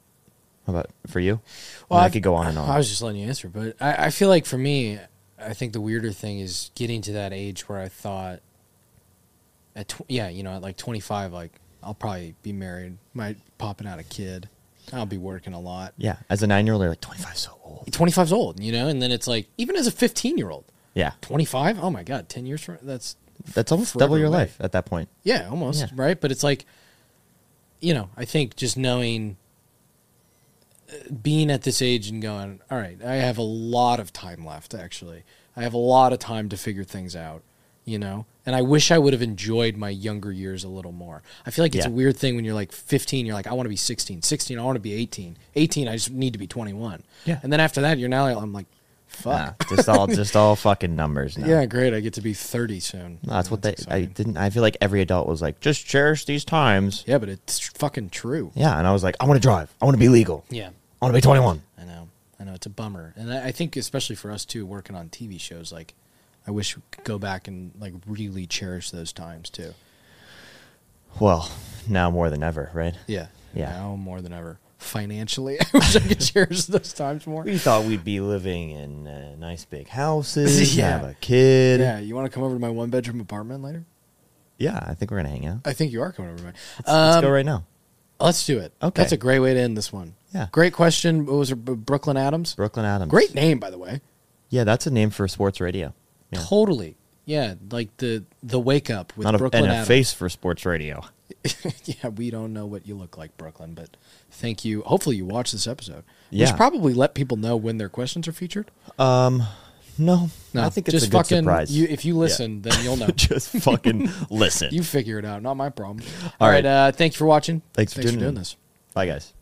Speaker 3: how about for you? Well, I,
Speaker 4: I've-
Speaker 3: could go on and on.
Speaker 4: I was just letting you answer, but I, I feel like for me, I think the weirder thing is getting to that age where I thought, at tw- yeah, you know, at like 25, like I'll probably be married, might popping out a kid, I'll be working a lot.
Speaker 3: yeah, as a nine year old, you're like, 25 so old.
Speaker 4: 25's old, you know, and then it's like even as a 15 year old,
Speaker 3: Yeah.
Speaker 4: 25. Oh my god, 10 years from that's
Speaker 3: That's almost
Speaker 4: forever
Speaker 3: double your
Speaker 4: away.
Speaker 3: life at that point.
Speaker 4: Yeah, almost,
Speaker 3: Yeah.
Speaker 4: right? But it's like, you know, I think just knowing, uh, being at this age and going, all right, I have a lot of time left, actually. I have a lot of time to figure things out, you know? And I wish I would have enjoyed my younger years a little more. I feel like it's
Speaker 3: Yeah.
Speaker 4: a weird thing when you're like 15, you're like, I want to be 16. 16, I want to be 18. 18, I just need to be 21.
Speaker 3: Yeah.
Speaker 4: And then after that, you're now, I'm like,
Speaker 3: Nah,
Speaker 4: fuck.
Speaker 3: just all just all fucking numbers now.
Speaker 4: Yeah, great. I get to be 30 soon.
Speaker 3: No, that's what they I
Speaker 4: exciting.
Speaker 3: didn't I feel like every adult was like, just cherish these times.
Speaker 4: Yeah, but it's fucking true.
Speaker 3: Yeah, and I was like, I want to drive. I want to be legal.
Speaker 4: Yeah.
Speaker 3: I want to be 21.
Speaker 4: I know. I know it's a bummer, and I, I think especially for us too, working on TV shows, like I wish we could go back and like really cherish those times too.
Speaker 3: Well, now more than ever, right?
Speaker 4: Yeah,
Speaker 3: Yeah.
Speaker 4: Now more than ever, financially, I wish I could cherish those times more.
Speaker 3: We thought we'd be living in uh, nice big houses,
Speaker 4: Yeah.
Speaker 3: have a kid.
Speaker 4: Yeah, you want to come over to my one bedroom apartment later?
Speaker 3: Yeah, I think we're going to hang out.
Speaker 4: I think you are coming over. To mine.
Speaker 3: Let's
Speaker 4: Um,
Speaker 3: go right now.
Speaker 4: let's do it.
Speaker 3: Okay.
Speaker 4: that's a great way to end this one.
Speaker 3: Yeah.
Speaker 4: great question. What was her? B- Brooklyn Adams.
Speaker 3: Brooklyn Adams.
Speaker 4: Great name, by the way.
Speaker 3: Yeah, that's a name for sports radio. Yeah.
Speaker 4: Totally. Yeah, like the the wake up with
Speaker 3: Not a,
Speaker 4: Brooklyn
Speaker 3: and a
Speaker 4: Adams.
Speaker 3: face for sports radio.
Speaker 4: yeah, we don't know what you look like, Brooklyn, but thank you. Hopefully, you watch this episode. We
Speaker 3: Yeah.
Speaker 4: should probably let people know when their questions are featured.
Speaker 3: Um, no,
Speaker 4: No,
Speaker 3: I think it's
Speaker 4: just
Speaker 3: a good
Speaker 4: fucking,
Speaker 3: surprise.
Speaker 4: You, if you listen, then you'll know.
Speaker 3: just fucking listen.
Speaker 4: you figure it out. Not my problem.
Speaker 3: All
Speaker 4: All
Speaker 3: right.
Speaker 4: right. Uh, thank you for watching.
Speaker 3: Thanks for
Speaker 4: thanks for
Speaker 3: tuning
Speaker 4: doing
Speaker 3: in.
Speaker 4: this.
Speaker 3: Bye, guys.